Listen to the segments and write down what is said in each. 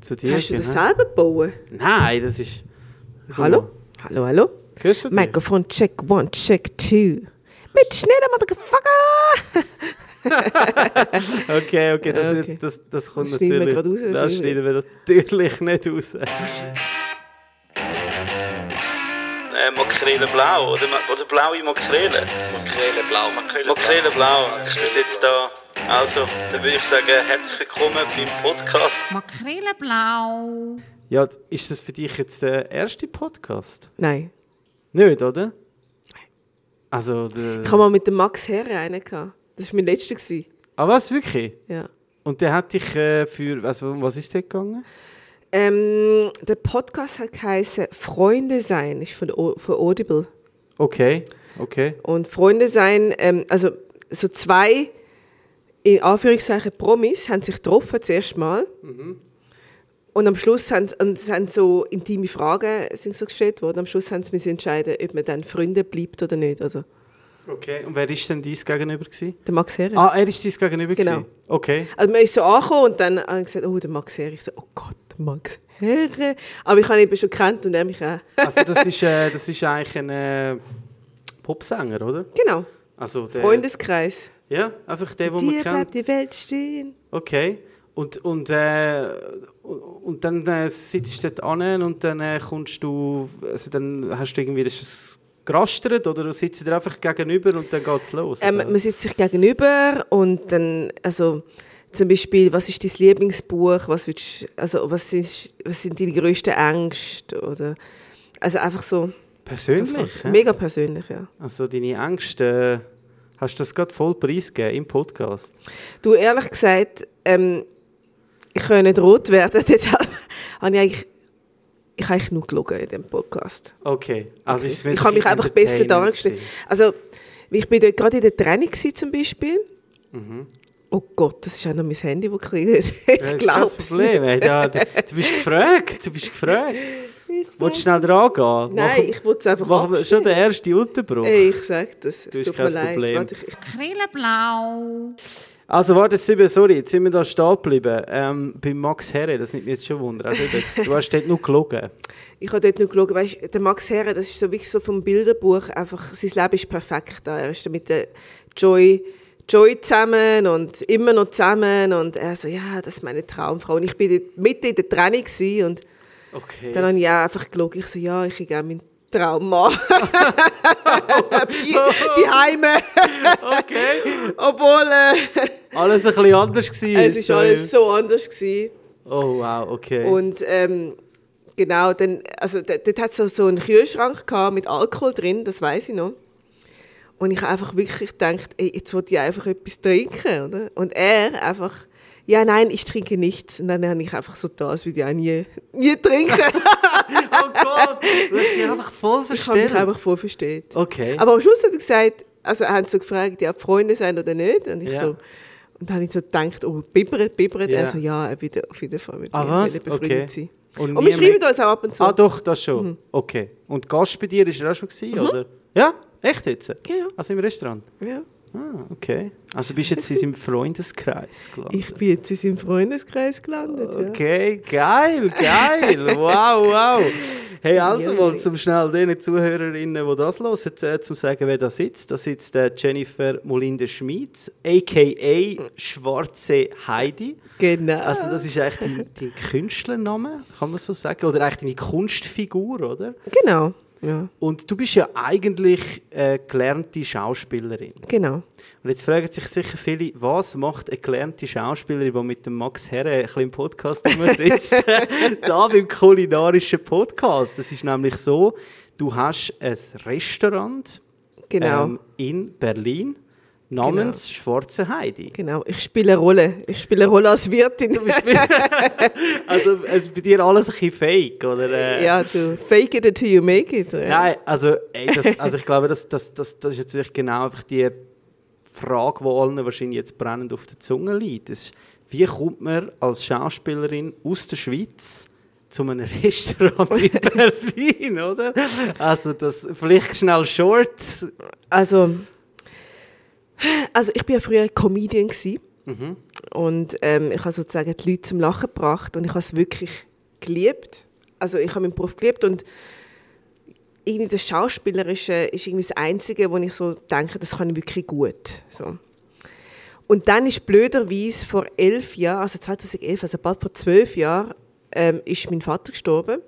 zu dir. Hast du das genau. selber gebaut? Nein, das ist. Hallo? Hallo, hallo? Hörst du dich? Mikrofon check one, check two. Mit schneller, Motherfucker! Okay, okay, das, Ja, wird- okay. Das, das kommt Das schneiden natürlich. wir gerade raus, das das ist- schneiden wir natürlich nicht raus. Äh, Makrele blau oder, oder blaue Makrele? Makrele blau. Makrele, Dus blau. Ist das jetzt da? Also, eh, dann würde ich sagen, herzlich willkommen beim Podcast. Makrele blau. Ja, ist das für dich jetzt der erste Podcast? Nein. Nicht, oder? Also, der... Ich habe mal mit dem Max Herre einen gehabt. Das war mein letzter. Gewesen. Ah, was? Wirklich? Ja. Und der hat dich äh, für... Also, um was ist der gegangen? Ähm, der Podcast hat geheißen Freunde sein. Ist von, O- von Audible. Okay, okay. Und Freunde sein, ähm, also so zwei, in Anführungszeichen, Promis haben sich getroffen das erste Mal. Und am Schluss haben, sie- und es haben so intime Fragen sind so gestellt worden. Am Schluss haben sie müssen entscheiden, ob man dann Freunde bleibt oder nicht. Also Okay, und wer ist denn dies gegenüber gewesen? der Max Herre. Ah, er ist dies gegenüber Genau. gewesen? Okay. Also man ist so angekommen und dann habe ich gesagt, oh, der Max Herre. Ich so, oh Gott, Max Herre. Aber ich habe ihn eben schon gekannt und er mich auch. Also das ist, äh, das ist eigentlich ein äh, Popsänger, oder? genau, Also der, Freundeskreis. Ja, einfach der, den man Dir bleibt kennt. die Welt stehen. Okay. Und, und, äh, und- und dann äh, sitzt du dort an und dann äh, kommst du... Also dann hast du irgendwie... Ist es gerastert oder sitzt ihr einfach gegenüber und dann geht es los? Ähm, oder? man sitzt sich gegenüber und dann, also zum Beispiel, was ist dein Lieblingsbuch? Was, würdest, also, was, ist, was sind deine grössten Ängste? Oder, also einfach so Persönlich? hä? mega persönlich, ja. Also deine Ängste... Äh, hast du das gerade voll preisgegeben im Podcast? Du, ehrlich gesagt, ähm, ich kann nicht rot werden, deshalb habe ich eigentlich, ich habe eigentlich nur gelogen in diesem Podcast. Okay. Also ist es Ich wirklich habe mich einfach besser Entertainment dargestellt. gewesen? Also, ich bin dort gerade in der Training gewesen, zum Beispiel. Oh Gott, das ist auch noch mein Handy, das klingelt. Ja, Mhm. das Ich ist kein glaube es nicht. Problem. Ey, da, da, du bist gefragt. Du bist gefragt. Ich sag- Willst du schnell dran gehen? Nein, ich wollte es einfach Machen wir schon abschneiden. den ersten Unterbruch. Ey, ich sag das. Es Du hast tut kein mir leid. Problem. Warte, ich, ich, Makrele blau. Also warte, jetzt sind wir, sorry, jetzt sind wir da stehen geblieben. Ähm, bei Max Herre, das nimmt mich jetzt schon Wunder. Also, eben, du hast dort nur gelogen. ich habe dort nur geschaut, weißt, der Max Herre, das ist so wirklich so vom Bilderbuch, einfach, sein Leben ist perfekt. da. Er ist da mit der Joy, Joy zusammen und immer noch zusammen und er so, ja, das ist meine Traumfrau. Und ich bin dort mitten in der Training gewesen und Okay. dann habe ich auch einfach geschaut, ich so, ja, ich gehe meinen Traummann. die, die Heime. okay. Obwohl, äh, Alles ein bisschen anders gewesen. es war sorry. alles so anders gewesen. Oh wow, okay. Und ähm, genau, dann, also d- dort hat es so, so einen Kühlschrank gehabt mit Alkohol drin, das weiß ich noch. Und ich habe einfach wirklich gedacht, ey, jetzt wollte ich einfach etwas trinken, oder? Und er einfach, ja, nein, ich trinke nichts. Und dann habe ich einfach so da, als würde ich auch nie, nie trinken. oh Gott, du hast dich einfach voll ich habe mich verstellt. einfach vorversteht. Okay. Aber am Schluss hat er gesagt, also er hat so gefragt, ja, ob Freunde sein oder nicht. Und ich Ja. so, und dann habe ich so gedacht, oh, bibbert, bibbert. Ja. Er so, ja, er wird auf jeden Fall mit Ah, mir was? will befreundet Okay. sein. Und Und, nie wir schreiben Mhm. mehr- uns auch ab und zu. Ah doch, das schon. Okay. Und Gast bei dir war er auch schon, Mhm. gewesen, oder? Ja, echt jetzt? Ja, ja. Also im Restaurant? Ja. Ah, okay. Also bist jetzt in seinem Freundeskreis gelandet. Ich bin jetzt in seinem Freundeskreis gelandet. Ja. Okay, geil, geil. Wow, wow. Hey, also mal zum schnell den Zuhörerinnen, die das hören, äh, zum sagen, wer da sitzt. Da sitzt äh, Jennifer Molinde-Schmidt, a.k.a. Schwarze Heidi. Genau. Also das ist eigentlich dein, dein Künstlername, kann man so sagen. Oder eigentlich deine Kunstfigur, oder? genau. Ja, Und du bist ja eigentlich äh, gelernte Schauspielerin. genau. Und jetzt fragen sich sicher viele, was macht eine gelernte Schauspielerin, die mit dem Max Herre ein bisschen im Podcast sitzt, da beim kulinarischen Podcast? Das ist nämlich so, du hast ein Restaurant Genau. ähm, in Berlin namens Schwarze Heidi. Genau. Ich spiele eine Rolle. Ich spiele eine Rolle als Wirtin. Also es ist bei dir alles ein bisschen fake, oder? Äh, ja, du. Fake it until you make it. Ja. Nein, also, ey, das, also ich glaube, das, das, das, das ist jetzt wirklich genau einfach die Frage, die allen wahrscheinlich jetzt brennend auf der Zunge liegt. Das ist, wie kommt man als Schauspielerin aus der Schweiz zu einem Restaurant in Berlin, oder? Also das vielleicht schnell short. Also, also ich war ja früher Comedian. gsi Und ähm, ich habe sozusagen die Leute zum Lachen gebracht und ich habe es wirklich geliebt. Also ich habe meinen Beruf geliebt und irgendwie das Schauspielerische ist irgendwie das Einzige, wo ich so denke, das kann ich wirklich gut. So. Und dann ist blöderweise vor elf Jahren, also 2011, also bald vor zwölf Jahren, ähm, ist mein Vater gestorben.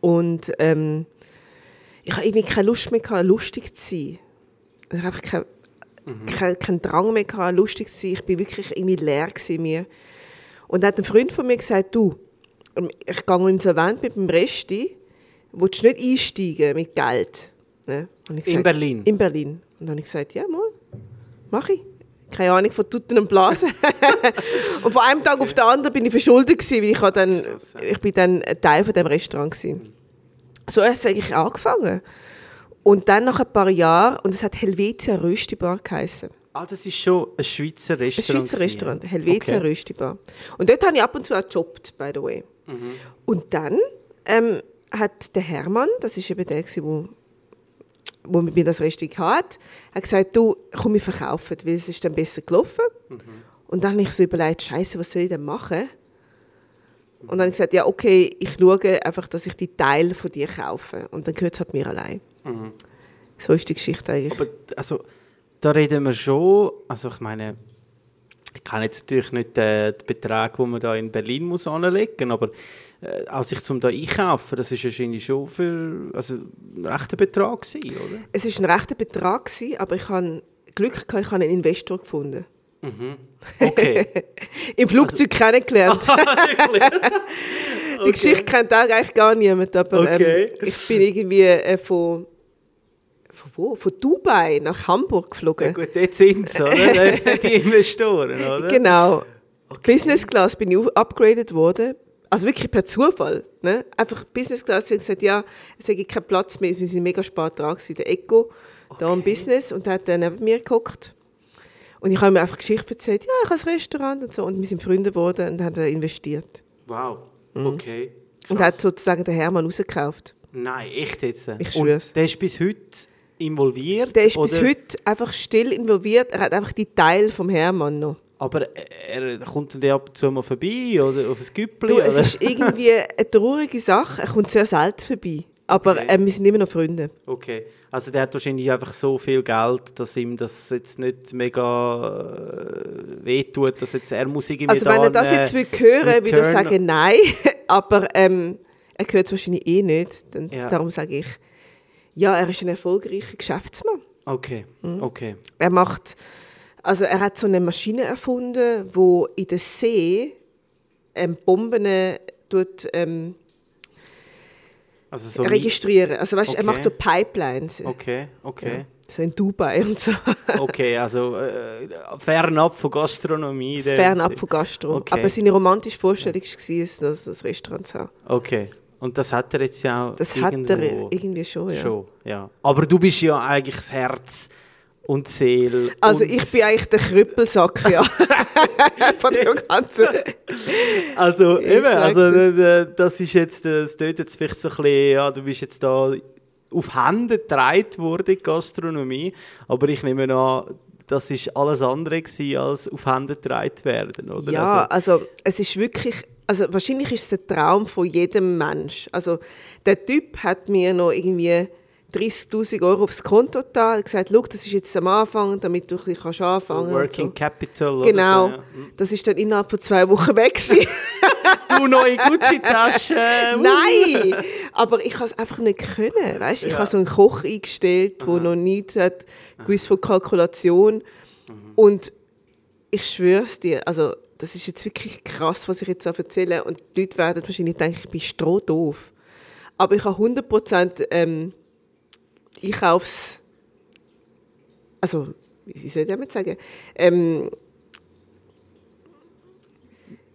Und ähm, ich hatte irgendwie keine Lust mehr, gehabt, lustig zu sein. Ich hatte einfach keinen kein, keinen Drang mehr, gehabt, lustig zu sein. Ich war wirklich irgendwie leer in mir. Und dann hat ein Freund von mir gesagt, du, ähm, ich gehe insolvent mit dem Resti, willst du nicht einsteigen mit Geld? Ne? Und ich In Berlin? In Berlin. Und dann habe ich gesagt, ja, mal, mache ich. Keine Ahnung von Tuten und Blasen. und von einem Tag auf den anderen bin ich verschuldet gewesen, weil ich habe dann, ich bin dann ein Teil von dem Restaurant gewesen. So hat es eigentlich angefangen. Und dann nach ein paar Jahren, und es hat Helvetia Röstibar geheißen. Ah, das ist schon ein Schweizer Ein Restaurant. Schweizer Restaurant, gewesen. Helvetia Okay. Röstibar. Und dort habe ich ab und zu auch gejobbt, by the way. Und dann ähm, hat der Hermann, das ist eben der, gewesen, wo, wo mit mir das richtig hat, hat gesagt, du, komm, wir verkaufen, weil es ist dann besser gelaufen. Und dann habe ich so überlegt, Scheiße, was soll ich denn machen? Und dann habe ich gesagt, ja, okay, ich schaue einfach, dass ich die Teile von dir kaufe. Und dann gehört es halt mir allein. So ist die Geschichte eigentlich. Aber d- also, da reden wir schon, also ich meine, ich kann jetzt natürlich nicht äh, den Betrag, den man da in Berlin muss anlegen, aber äh, als ich zum da einkaufen, das ist wahrscheinlich schon für also ein rechter Betrag gewesen, oder? Es war ein rechter Betrag, gewesen, aber ich habe Glück gehabt, ich habe einen Investor gefunden. Okay. Ah, Im Flugzeug kennengelernt. Die Geschichte kennt auch eigentlich gar niemand, aber Okay. ähm, ich bin irgendwie äh, von, von wo? Von Dubai nach Hamburg Ja, geflogen. gut, dort sind es, oder? Die Investoren, oder? Genau. Business Class bin ich auf- upgraded worden. Also wirklich per Zufall. Ne? Einfach Business Class, sie haben gesagt, ja, es gibt keinen Platz mehr, wir sind mega spät dran gewesen. Der Eco, da im Business, und der hat dann neben mir geguckt. Und ich habe ihm einfach Geschichte erzählt, ja, ich habe ein Restaurant und so. Und wir sind Freunde geworden und haben dann investiert. Wow, Mhm. okay. Und hat sozusagen den Hermann rausgekauft. Nein, echt jetzt. äh. Ich schwör's. Und der ist bis heute involviert? Der ist bis oder? heute einfach still involviert. Er hat einfach die Teile vom Hermann noch. Aber er, er kommt dann ab und zu mal vorbei oder auf ein Güppli? Du, es oder? ist irgendwie eine traurige Sache. Er kommt sehr selten vorbei. Aber Okay. äh, wir sind immer noch Freunde. Okay, also der hat wahrscheinlich einfach so viel Geld, dass ihm das jetzt nicht mega äh, wehtut, dass jetzt er muss irgendwie Also wenn da er das einen, jetzt will hören, würde ich Return- sagen, nein. Aber ähm, er hört es wahrscheinlich eh nicht. Dann, Ja. Darum sage ich, ja, er ist ein erfolgreicher Geschäftsmann. Okay, Mhm. okay. Er macht, also er hat so eine Maschine erfunden, wo in den See ähm, Bomben tut, ähm, Also so wie- registrieren. Also weißt, du, er Okay. macht so Pipelines, äh, Okay, okay. so in Dubai und so, Okay, also äh, fernab von Gastronomie. der- fernab von Gastro. Okay. Aber seine romantische Vorstellung war, es, das, das Restaurant zu haben. Okay, und das hat er jetzt ja auch Das irgendwo. hat er irgendwie schon, ja. Schon, ja. Aber du bist ja eigentlich das Herz und die Seele. Also und ich bin eigentlich der Krüppelsack, ja. Von dem Ganzen. Also Ich eben, merk also das. das. das ist jetzt, äh, das tönt jetzt vielleicht so ein bisschen, ja, du bist jetzt da auf Hände getragen worden, in die Gastronomie, aber ich nehme an, das ist alles andere gewesen, als auf Hände getragen werden, oder? Ja, Also, also es ist wirklich, also wahrscheinlich ist es ein Traum von jedem Mensch. Also der Typ hat mir noch irgendwie 30'000 Euro aufs Konto da und gesagt, schau, das ist jetzt am Anfang, damit du ein bisschen kannst Also, anfangen Working und Capital äh, so. Genau, oder so. Hm. das ist dann innerhalb von zwei Wochen weg gewesen. Ja. Du neue Gucci-Tasche! uh, wuh. Äh, Nein, aber ich kann es einfach nicht können. Weißt? Ich Ja. habe so einen Koch eingestellt, der noch nichts hat, gewusst von Kalkulation. Und ich schwöre es dir, also das ist jetzt wirklich krass, was ich jetzt auch erzähle. Und die Leute werden wahrscheinlich denken, ich bin strohdoof. Aber ich habe 100% ähm, Einkaufs... Also, wie soll ich damit sagen? Ähm,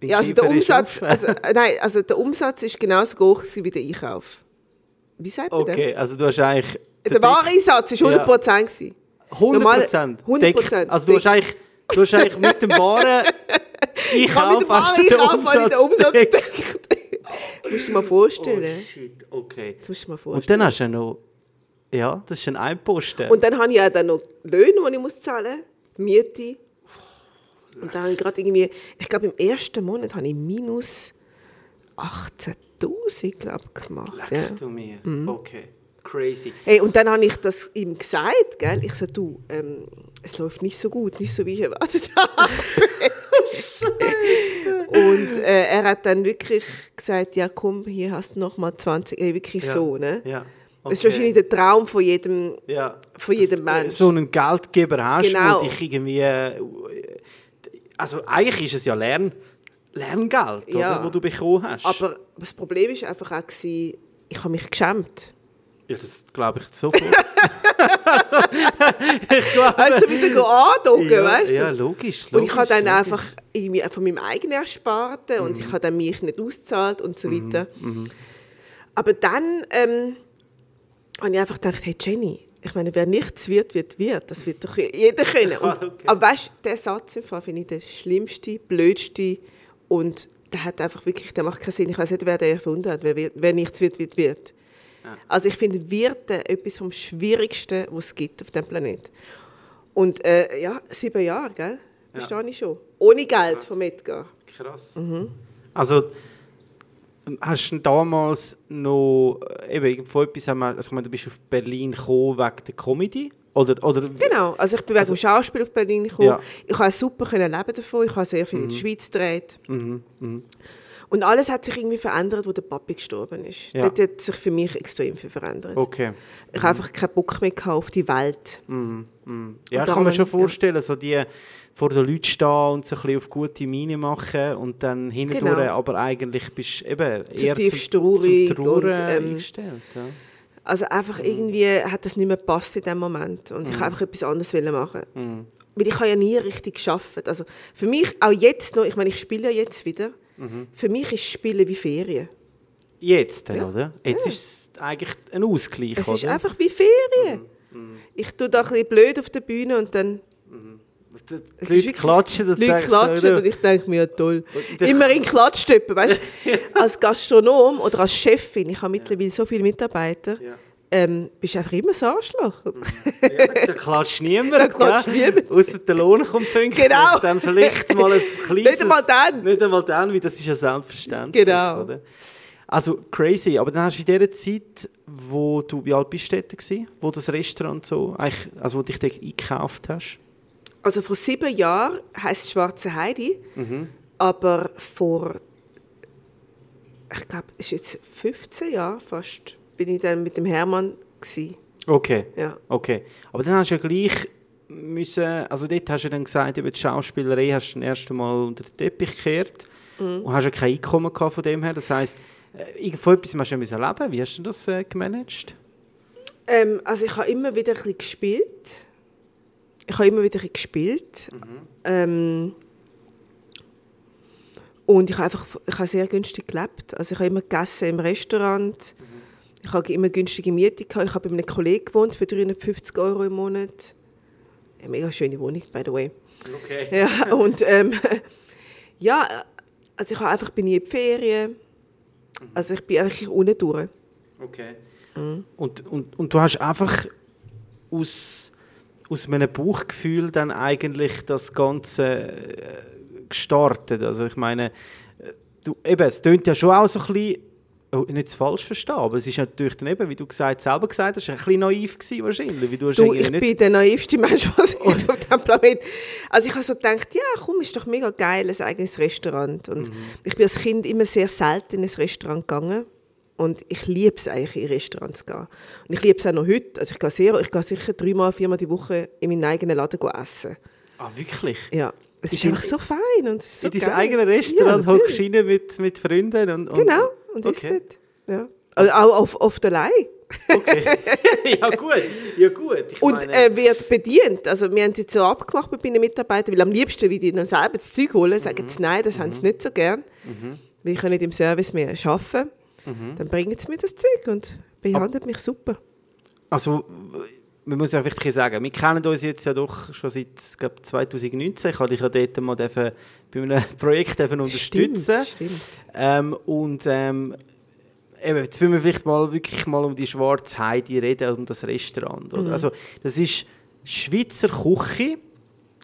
Mein ja, also Fieber der ist Umsatz, auf. also, äh, nein, also der Umsatz ist genauso hoch gewesen wie der Einkauf. Wie sagt man Okay, also du hast eigentlich... das? Der wahre Einsatz war 100 Prozent. Ja. 100 Prozent. 100% Also du hast deckt. eigentlich, du hast eigentlich mit dem Waren... Ich Ich habe mit kaufe dem wahren fast den Einkauf habe Umsatz. ich den Umsatz deckt. gedeckt. musst du dir mal vorstellen. Oh shit, okay. Das musst du dir mal Und vorstellen. dann hast du ja noch. Ja, das ist ein Einposten. Und dann habe ich ja dann noch Löhne, die ich muss zahlen muss. Miete. Und dann habe ich gerade irgendwie, ich glaube, im ersten Monat habe ich minus 18.000, glaube ich, gemacht. Ja. Mhm. Leck du mir. Okay. Crazy. Hey, und dann habe ich das ihm gesagt, gell? Ich sage, du, ähm, es läuft nicht so gut, nicht so wie ich erwartet habe. Oh, und äh, er hat dann wirklich gesagt, ja komm, hier hast du nochmal 20, ey, wirklich Ja. so, ne? Ja. Das ist wahrscheinlich der Traum von jedem, ja. von jedem dass du Mensch. So einen Geldgeber hast, Genau. wo dich irgendwie. äh, Also eigentlich ist es ja Lern, Lerngeld, Ja. oder, wo du bekommen hast. Aber das Problem war einfach auch, gewesen, ich habe mich geschämt. ja, das glaube ich sofort. ich glaube. Weißt du, wieder andocken, ja, weißt du? ja, logisch. logisch und ich habe dann logisch. Mhm. einfach irgendwie von meinem eigenen Ersparten und ich habe dann mich nicht ausgezahlt und so weiter. Aber dann ähm, habe ich einfach gedacht, hey Jenny, ich meine, wer nichts wird, wird wird. Das wird doch jeder können. Und, Okay. Aber weißt du, der Satz im Fall finde ich der schlimmste, blödste und der hat einfach wirklich, der macht keinen Sinn. Ich weiß nicht, wer den erfunden hat. Wer, wird, wer nichts wird, wird wird. Also ich finde Wirten etwas vom Schwierigsten, was es gibt auf dem Planeten. Und äh, ja, sieben Jahre, gell? Verstehe ich schon. Ohne Geld vom Edgar. Krass. Mhm. Also ähm, hast du denn damals noch äh, eben irgendwo etwas, haben wir, also ich meine, du bist auf Berlin gekommen wegen der Comedy? Oder, oder Genau, also ich bin wegen dem Schauspiel auf Berlin gekommen. Ja. Mhm. Ich konnte super können leben davon, ich habe sehr viel in der Schweiz gedreht. Und alles hat sich irgendwie verändert, als der Papi gestorben ist. Ja. Dort hat sich für mich extrem viel verändert. Okay. Mhm. Ich habe einfach keinen Bock mehr gehabt auf die Welt. Hm. Ja, Und ich kann mir darum, schon ja. vorstellen, so die vor den Leuten stehen und so ein bisschen auf gute Miene machen und dann hindurch, Genau. aber eigentlich bist du eben eher Zutiefst traurig zum Trauern und, ähm, eingestellt. Ja. Also Mhm. einfach irgendwie hat das nicht mehr gepasst in dem Moment. Und ich wollte einfach etwas anderes wollen machen. Mhm. Weil ich habe ja nie richtig geschafft. Also für mich, auch jetzt noch, ich meine, ich spiele ja jetzt wieder. Mhm. Für mich ist Spielen wie Ferien. Jetzt, dann, Ja. oder? Jetzt ist es eigentlich ein Ausgleich, Es oder? ist einfach wie Ferien. Ich tue da ein bisschen blöd auf der Bühne und dann die es ist Leute wirklich- klatschen, und Leute denkst so, klatschen oder? und ich denke mir, ja toll. Und dann- Immerhin klatscht jemand, weißt du? Als Gastronom oder als Chefin, ich habe mittlerweile so viele Mitarbeiter, Ja. Mhm. ähm, bist du einfach immer so Arschloch. Ja, da- da klatscht niemand. Da klatscht gell? niemand. Außer der Lohn kommt pünktlich. Genau. Dann vielleicht mal ein kleines... Nicht einmal dann. Nicht einmal dann, weil das ist ja selbstverständlich. Genau. Oder? Also crazy. Aber dann hast du in der Zeit, wo du... Wie alt bist du dort gewesen? Wo das Restaurant so... eigentlich- Also wo dich dort eingekauft hast? Also vor sieben Jahren heisst Schwarze Heidi, Mhm. aber vor, ich glaube, es ist jetzt 15 Jahren fast, bin ich dann mit dem Hermann gsi. Okay. Ja. Okay. Aber dann hast du ja gleich müssen... Also dort hast du ja dann gesagt, eben die Schauspielerei hast du das erste Mal unter den Teppich gekehrt. Und hast ja kein Einkommen gehabt von dem her. Das heisst, äh, von etwas musst du ja müssen leben. Wie hast du das äh, gemanagt? Ähm, also ich habe immer wieder ein bisschen gespielt. Ich habe immer wieder ein bisschen gespielt. Ähm, und ich habe einfach ich habe sehr günstig gelebt. Also ich habe immer gegessen im Restaurant. Ich habe immer günstige Miete gehabt. Ich habe bei einem Kollegen gewohnt für 350 Euro im Monat. Eine mega schöne Wohnung, by the way. Okay. Ja, und ähm, ja, also ich habe einfach, bin nie in die Ferien. Also ich bin eigentlich unten durch. okay. Mhm. Und, und, und du hast einfach aus, aus meinem Bauchgefühl dann eigentlich das Ganze äh, gestartet. Also ich meine, äh, du, eben, es tönt ja schon auch so ein bisschen, oh, nicht zu falsch verstehen, aber es ist natürlich dann eben, wie du gesagt, selber gesagt hast, ein bisschen naiv gewesen wahrscheinlich. Weil du hast Du, irgendwie ich nicht bin der naivste Mensch, was ich auf diesem Planeten. Also ich habe so gedacht, ja, komm, ist doch mega geil, ein eigenes Restaurant. Mhm. Und ich bin als Kind immer sehr selten in ein Restaurant gegangen. Und ich liebe es eigentlich, in Restaurants zu gehen. Und ich liebe es auch noch heute. Also ich gehe, sehr, ich gehe sicher dreimal, viermal die Woche in meinen eigenen Laden go essen. Ah, wirklich? Ja. Es ist in- einfach so fein und es ist so In deinem geil. eigenen Restaurant ja, hockst natürlich. du rein mit, mit Freunden und, und Genau, und okay. ist dort. Ja. Also auch auf, auf der Leih. ja gut, ja gut. Ich Und meine- äh, wird bedient. Also wir haben es jetzt so abgemacht mit meinen Mitarbeitern, weil am liebsten würde ich ihnen selber das Zeug holen, sagen Mhm. sie nein, das haben sie nicht so gern, weil ich kann nicht im Service mehr arbeiten. Mhm. Dann bringen sie mir das Zeug und behandelt mich super. Also, man muss ja wirklich sagen, wir kennen uns jetzt ja doch schon seit glaub, 2019. Ich habe dich ja dort mal dürfen, bei einem Projekt dürfen unterstützen. Stimmt, stimmt. Ähm, und ähm, eben, jetzt will wir vielleicht mal wirklich mal um die schwarze Heidi reden, um das Restaurant. Oder? Also, das ist Schweizer Küche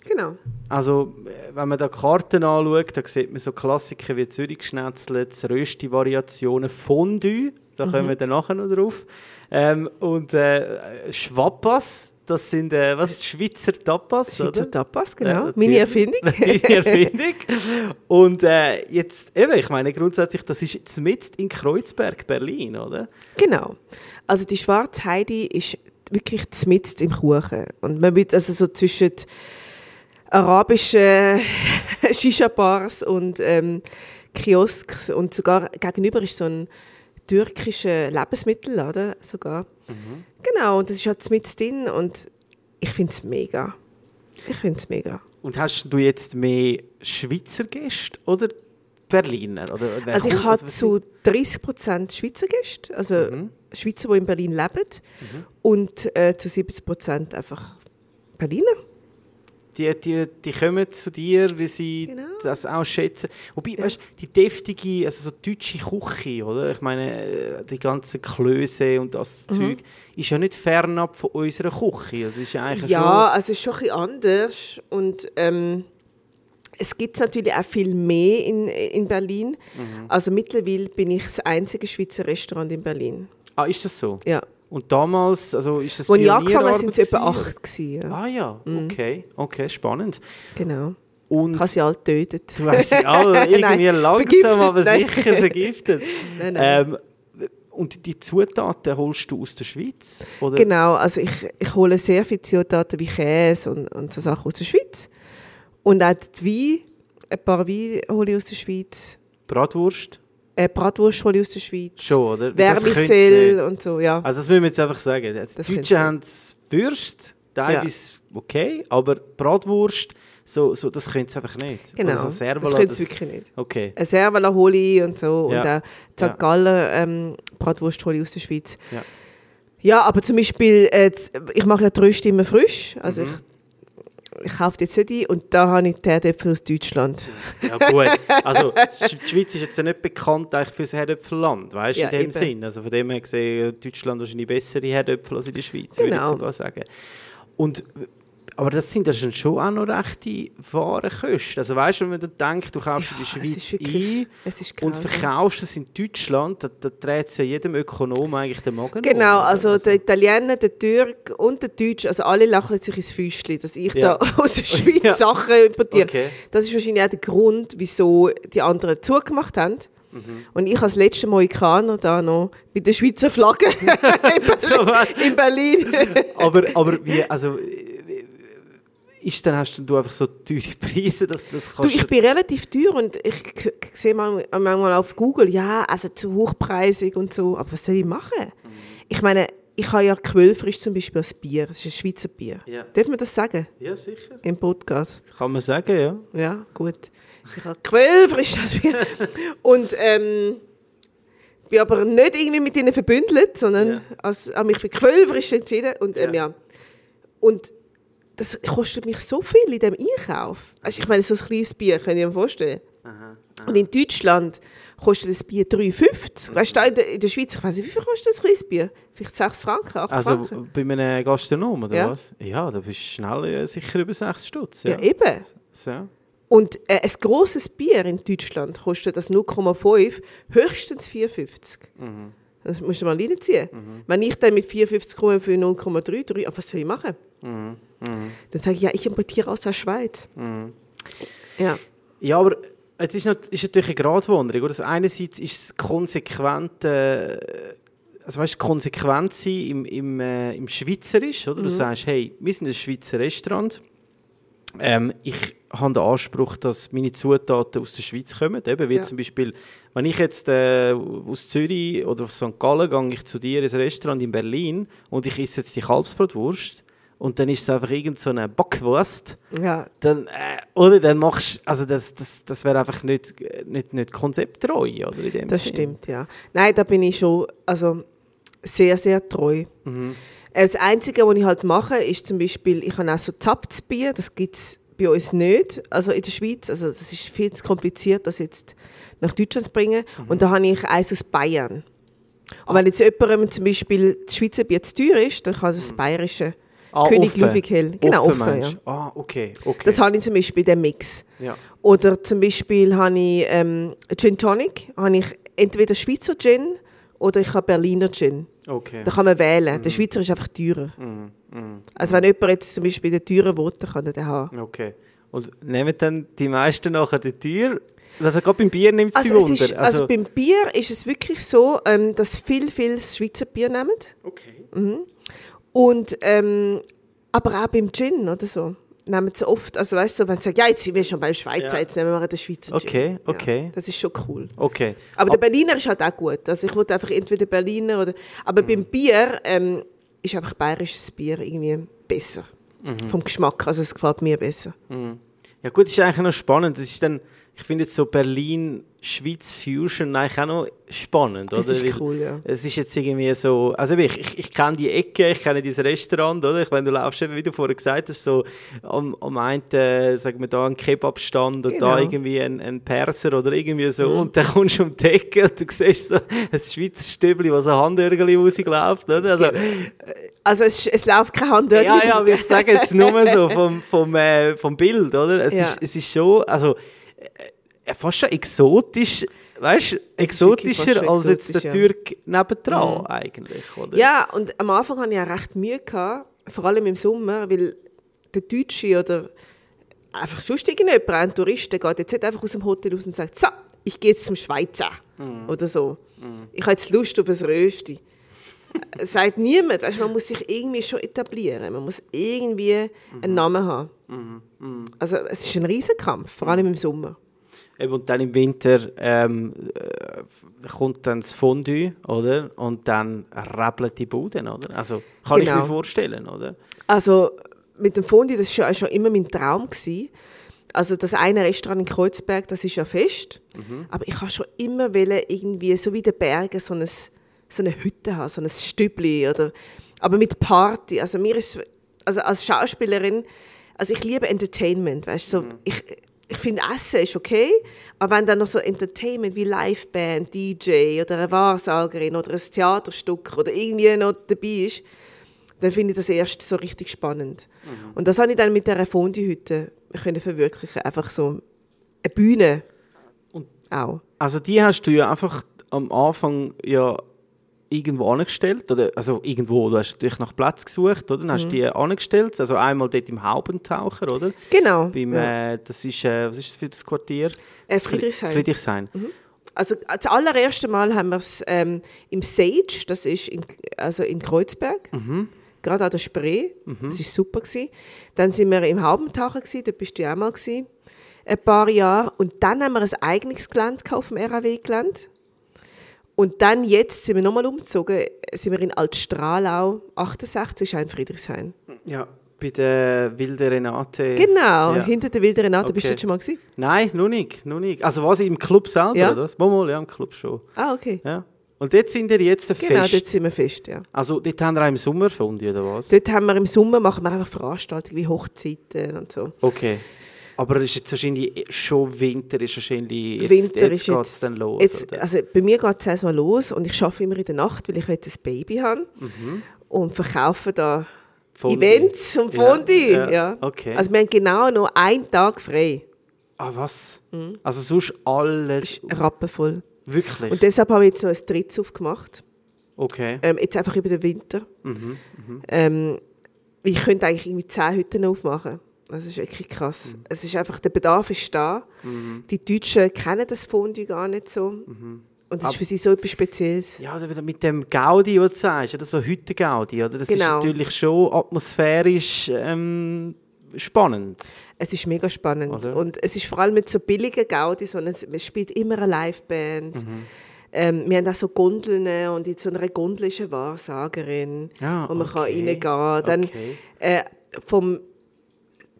Genau. Also, äh, wenn man da die Karten anschaut, da sieht man so Klassiker wie Zürichschnetzle, Rösti-Variationen, Fondue, Mhm. da kommen wir dann nachher noch drauf. Ähm, und äh, Schwappas, das sind, äh, was, Schweizer Tapas, Schweizer oder? Tapas, genau. Ja, Meine natürlich. Erfindung. Deine Erfindung. Und äh, jetzt, eben, ich meine grundsätzlich, das ist jetzt mit in Kreuzberg, Berlin, oder? Genau. Also die schwarze Heidi ist wirklich mitten im Kuchen. Und man wird also so zwischen arabischen äh, Shisha-Bars und ähm, Kiosks und sogar gegenüber ist so ein türkischer Lebensmittelladen sogar. Genau, und das ist halt mitten drin und ich finde es mega. Ich finde es mega. Und hast du jetzt mehr Schweizer Gäste oder Berliner? Oder wer Also ich kommt- habe was Mhm. zu 30 Prozent Schweizer Gäste, also Schweizer, die in Berlin leben, und äh, zu 70 Prozent einfach Berliner. die, die, die kommen zu dir, wie sie Genau. das auch schätzen. Wobei, weißt, die deftige, also so deutsche Küche, oder? Ich meine, äh, die ganzen Klöße und das Mhm. Zeug, ist ja nicht fernab von unserer Küche. Das ist ja eigentlich Ja, also es ist schon ein bisschen anders und ähm, es gibt natürlich auch viel mehr in, in Berlin. Mhm. Also mittlerweile bin ich das einzige Schweizer Restaurant in Berlin. schon... Ah, ist das so? Ja. Und damals, also ist das Als ich Pionierarbeit angefangen habe, sind es etwa gewesen? acht. Gewesen, ja. Ah ja, okay, okay, spannend. Genau. Und Ich habe sie alle getötet. Du hast sie alle irgendwie Nein, langsam, vergiftet, aber nein. sicher vergiftet. Nein, nein. Ähm, und die Zutaten holst du aus der Schweiz? Oder? Genau, also ich, ich hole sehr viele Zutaten wie Käse und, und so Sachen aus der Schweiz. Und auch die Wein, ein paar Wein hole ich aus der Schweiz, Bratwurst? äh, Bratwurst hole ich aus der Schweiz, Schon, oder? Das können's Vermicell nicht. und so, ja. Also das müssen wir jetzt einfach sagen. Die Das können's Deutschen haben Würst, teilweise okay, aber Bratwurst, so, so, das können sie einfach nicht. Genau, Also so das Servola, können sie wirklich nicht. Okay, Ein Servola hole ich und so Ja. und auch Ja. St. Galler ähm, Bratwurst hole ich aus der Schweiz. Ja. Ja, aber zum Beispiel, äh, z- ich mache ja die Röste immer frisch, also Mhm. ich, ich kaufe die jetzt nicht ein und da habe ich die Erdäpfel aus Deutschland. ja gut. Also Sch- die Schweiz ist jetzt ja nicht bekannt eigentlich für das Herdöpfelland, weißt du, Ja, in dem eben. Sinn. Also von dem her gesehen, Deutschland wahrscheinlich bessere Herdöpfel als in der Schweiz, würde ich Genau. sogar sagen. Und, aber das sind ja schon- schon auch noch rechte wahre Kosten. Also weißt du, wenn man dann denkt, du kaufst in der Ja, es ist Schweiz wirklich- ein es ist und grausam. verkaufst es in Deutschland, da, da dreht es ja jedem Ökonom eigentlich den Magen um, Genau, oder? also der Italiener, der Türk und der Deutsche, also alle lachen sich ins Füßchen, dass ich Ja. da aus der Schweiz Ja. Sachen importiere. Okay. Das ist wahrscheinlich auch der Grund, wieso die anderen zugemacht haben. Mhm. Und ich als letzter Mohikaner da noch mit der Schweizer Flagge in Berlin- So was. in Berlin. aber, aber wie, also... äh, Ist dann, hast du einfach so teure Preise, dass du das Du, kannst... ich bin relativ teuer und ich k- k- sehe man- manchmal auf Google, ja, also zu hochpreisig und so. Aber was soll ich machen? Mhm. Ich meine, ich habe ja Quellfrisch zum Beispiel als Bier. Das ist ein Schweizer Bier. Ja. Darf man das sagen? ja, sicher. Im Podcast. Kann man sagen, ja. Ja, gut. Ich habe Quellfrisch das Bier. Und ähm, bin aber nicht irgendwie mit ihnen verbündelt, sondern Ja. als, habe mich für Quellfrisch entschieden. Und, ähm, Ja. ja. und das kostet mich so viel in diesem Einkauf. Also ich meine, so ein kleines Bier, kann ich mir vorstellen. Und in Deutschland kostet das Bier 3,50. Weißt du, da in der, in der Schweiz, ich weiß nicht, wie viel kostet ein kleines Bier? Vielleicht 6 Franken, 8 Also Franken? bei einem Gastronom oder Ja. was? Ja, da bist du schnell äh, sicher über 6 Stutz. Ja, Ja. eben. so. Und äh, ein grosses Bier in Deutschland kostet das 0,5, höchstens 4,50. Das musst du mal reinziehen. Wenn ich dann mit 4,50 komme für 0,33, aber ah, was soll ich machen? Dann sage ich, ja, ich importiere aus der Schweiz. Ja. ja, aber jetzt ist, nat- ist natürlich eine Gratwanderung. Oder? Also einerseits ist es konsequent, äh, also weißt, konsequent sein im, im, äh, im Schweizerisch. Oder? Du sagst, hey, wir sind ein Schweizer Restaurant. Ähm, ich habe den Anspruch, dass meine Zutaten aus der Schweiz kommen. Eben, wie Ja. zum Beispiel, wenn ich jetzt äh, aus Zürich oder aus St. Gallen gehe, ich zu dir ins Restaurant in Berlin und ich esse jetzt die Kalbsbratwurst und dann ist es einfach irgendeine so eine Backwurst, ja. dann, äh, oder, dann machst also das, das, das wäre einfach nicht, nicht, nicht konzepttreu, oder, in dem Das Sinn. stimmt, ja. Nein, da bin ich schon also sehr, sehr treu. Mhm. Äh, Das Einzige, was ich halt mache, ist zum Beispiel, ich habe auch so Zapfbier, das gibt es bei uns nicht, also in der Schweiz. Also das ist viel zu kompliziert, das jetzt nach Deutschland zu bringen. Mhm. Und da habe ich eins aus Ah. Bayern. Und wenn jetzt jemandem zum Beispiel das Schweizer Bier zu teuer ist, dann kann er das Bayerische Mhm. Ah, König offen. Ludwig Hell. Genau, offen, meinst ja. du? Ah, okay, okay. Das habe ich zum Beispiel den Mix. ja. Oder zum Beispiel habe ich ähm, Gin Tonic, habe ich entweder Schweizer Gin oder ich habe Berliner Gin. Okay. Da kann man wählen. Mhm. Der Schweizer ist einfach teurer. Also wenn jemand jetzt zum Beispiel den teuren will, dann kann er den haben. Okay. Und nehmen dann die meisten nachher die Tür? Also gerade beim Bier nimmt es die Also, es Wunder. ist, also, beim Bier ist es wirklich so, ähm, dass viel, viel das Schweizer Bier nehmen. okay. Und, ähm, aber auch beim Gin oder so. Nehmen sie oft, also weißt du, wenn sie sagen, ja, jetzt sind wir schon beim Schweizer, Ja. jetzt nehmen wir den Schweizer Okay, Gin. okay. Ja, das ist schon cool. Okay. Aber der Berliner ist halt auch gut. Also ich wollte einfach entweder Berliner oder... Aber Mhm. beim Bier ähm, ist einfach bayerisches Bier irgendwie besser. Mhm. Vom Geschmack, also es gefällt mir besser. Ja gut, ist eigentlich noch spannend. Das ist dann, ich finde jetzt so Berlin-Schweiz-Fusion eigentlich auch noch spannend, Das oder? ist Weil cool, ja. Es ist jetzt irgendwie so, also ich, ich, ich kenne die Ecke, ich kenne dieses Restaurant, oder? Ich meine, du läufst eben, wie du vorher gesagt hast, so am, am einen, äh, sagen wir da, ein Kebabstand und da Genau. Mhm. irgendwie ein, ein Perser oder irgendwie so und dann kommst du um die Ecke und du siehst so ein Schweizer Stübli, was ein Handörgeli rausläuft, oder? Also, Genau. Also es, es läuft keine Hand durch. ja, ja, aber ich sage jetzt nur so vom, vom, äh, vom Bild, oder? Es, Ja. ist, es ist schon, also äh, fast schon exotisch, weißt du, wirklich fast exotischer schon als jetzt der exotisch, ja. Mhm. Türk nebendran eigentlich, oder? Ja, und am Anfang hatte ich auch recht Mühe, gehabt, vor allem im Sommer, weil der Deutsche oder einfach sonst irgendjemand, ein Tourist, der geht jetzt nicht einfach aus dem Hotel raus und sagt, so, ich gehe jetzt zum Schweizer oder so. Ich habe jetzt Lust auf ein Rösti. Äh, Sagt niemand, weißt, man muss sich irgendwie schon etablieren, man muss irgendwie einen Namen haben. Also es ist ein Riesenkampf, vor allem im Sommer. Eben, Und dann im Winter ähm, äh, kommt dann das Fondue, oder? Und dann rappelt die Buden, oder? Also kann ich Genau. mir vorstellen, oder? Also mit dem Fondue, das war ja schon immer mein Traum. Gewesen. Also das eine Restaurant in Kreuzberg, das ist ja fest. Aber ich habe schon immer wollen, irgendwie, so wie in den Bergen, so, ein, so eine Hütte haben, so ein Stübli. Oder, aber mit Party. Also mir ist, also als Schauspielerin, also ich liebe Entertainment, weißt du. So, ich, ich finde Essen ist okay, aber wenn dann noch so Entertainment wie Liveband, DJ oder eine Wahrsagerin oder ein Theaterstück oder irgendwie noch dabei ist, dann finde ich das erst so richtig spannend. Und das habe ich dann mit der Fondue-Hütte können verwirklichen Einfach so eine Bühne Und- auch. Also die hast du ja einfach am Anfang ja irgendwo angestellt, oder? Also irgendwo, du hast natürlich nach Platz gesucht, oder? Dann Mhm. hast du die angestellt, also einmal dort im Haubentaucher, oder? Genau. Beim, ja. äh, das ist, äh, was ist das für das Quartier? Äh, Friedrichshain. Friedrichshain. Also das allererste Mal haben wir es ähm, im Sage, das ist in, also in Kreuzberg, Mhm. gerade an der Spree, das war super. Gewesen. Dann sind wir im Haubentaucher, gewesen, dort bist du ja auch mal, gewesen, ein paar Jahre. Und dann haben wir ein eigenes Gelände gekauft, auf dem RAW-Gelände. Und dann jetzt sind wir nochmal umgezogen, sind wir in Altstrahlau, 68, ist auch in Friedrichshain. Ja, bei der Wilde Renate. Genau, Ja. hinter der Wilde Renate, bist du Okay. dort schon mal gewesen? Nein, noch nicht, noch nicht. Also was, im Club selber, Ja. oder was? Mal, mal, ja, im Club schon. Ah, okay. Ja. Und dort sind ihr jetzt ein Genau, dort Fest. sind wir fest, ja. Also dort haben wir auch im Sommer gefunden, oder was? Dort haben wir im Sommer machen wir einfach Veranstaltungen wie Hochzeiten und so. Okay. Aber es ist jetzt wahrscheinlich schon Winter, ist wahrscheinlich jetzt, Winter jetzt ist geht's jetzt, dann los. jetzt oder? also bei mir geht es erstmal los und ich arbeite immer in der Nacht, weil ich jetzt ein Baby habe und verkaufe da Mhm. Fondue. Events und Ja, Fondue. ja, Ja, okay. Also wir haben genau noch einen Tag frei. ah, was? Also sonst alles Mhm. Ist rappenvoll. wirklich. Und deshalb habe ich jetzt noch ein Drittes aufgemacht. okay. Ähm, jetzt einfach über den Winter. Mhm, Ähm, ich könnte eigentlich irgendwie zehn Hütten aufmachen. Das ist wirklich krass. Mhm. Es ist einfach, der Bedarf ist da. Die Deutschen kennen das Fondue gar nicht so. Mhm. Und das ist für sie so etwas Spezielles. Ja, oder wieder mit dem Gaudi, was du sagst, oder so Hütte-Gaudi, oder? Das Genau. ist natürlich schon atmosphärisch ähm, spannend. Es ist mega spannend. Oder? Und es ist vor allem mit so billigen Gaudi, sondern es, es spielt immer eine Liveband. Mhm. Ähm, wir haben auch so Gondeln und in so einer Gondel ist eine Wahrsagerin, Ja, wo man kann Ah, okay. reingehen kann. Dann Okay. äh, vom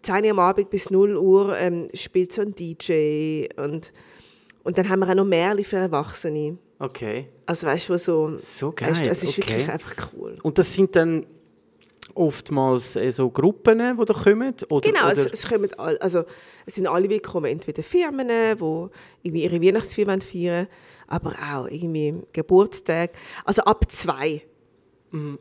10 Uhr am Abend bis 0 Uhr ähm, spielt so ein DJ. Und, und dann haben wir auch noch Märchen für Erwachsene. Okay. Also weißt du, wo so... So geil, Weißt, du, es ist okay. wirklich einfach cool. Und das sind dann oftmals äh, so Gruppen, die da kommen? Oder, Genau, oder? es, es, kommen all, also, es sind alle willkommen, entweder Firmen, die irgendwie ihre Weihnachtsfeier wollen feiern aber auch irgendwie Geburtstag. Also ab zwei.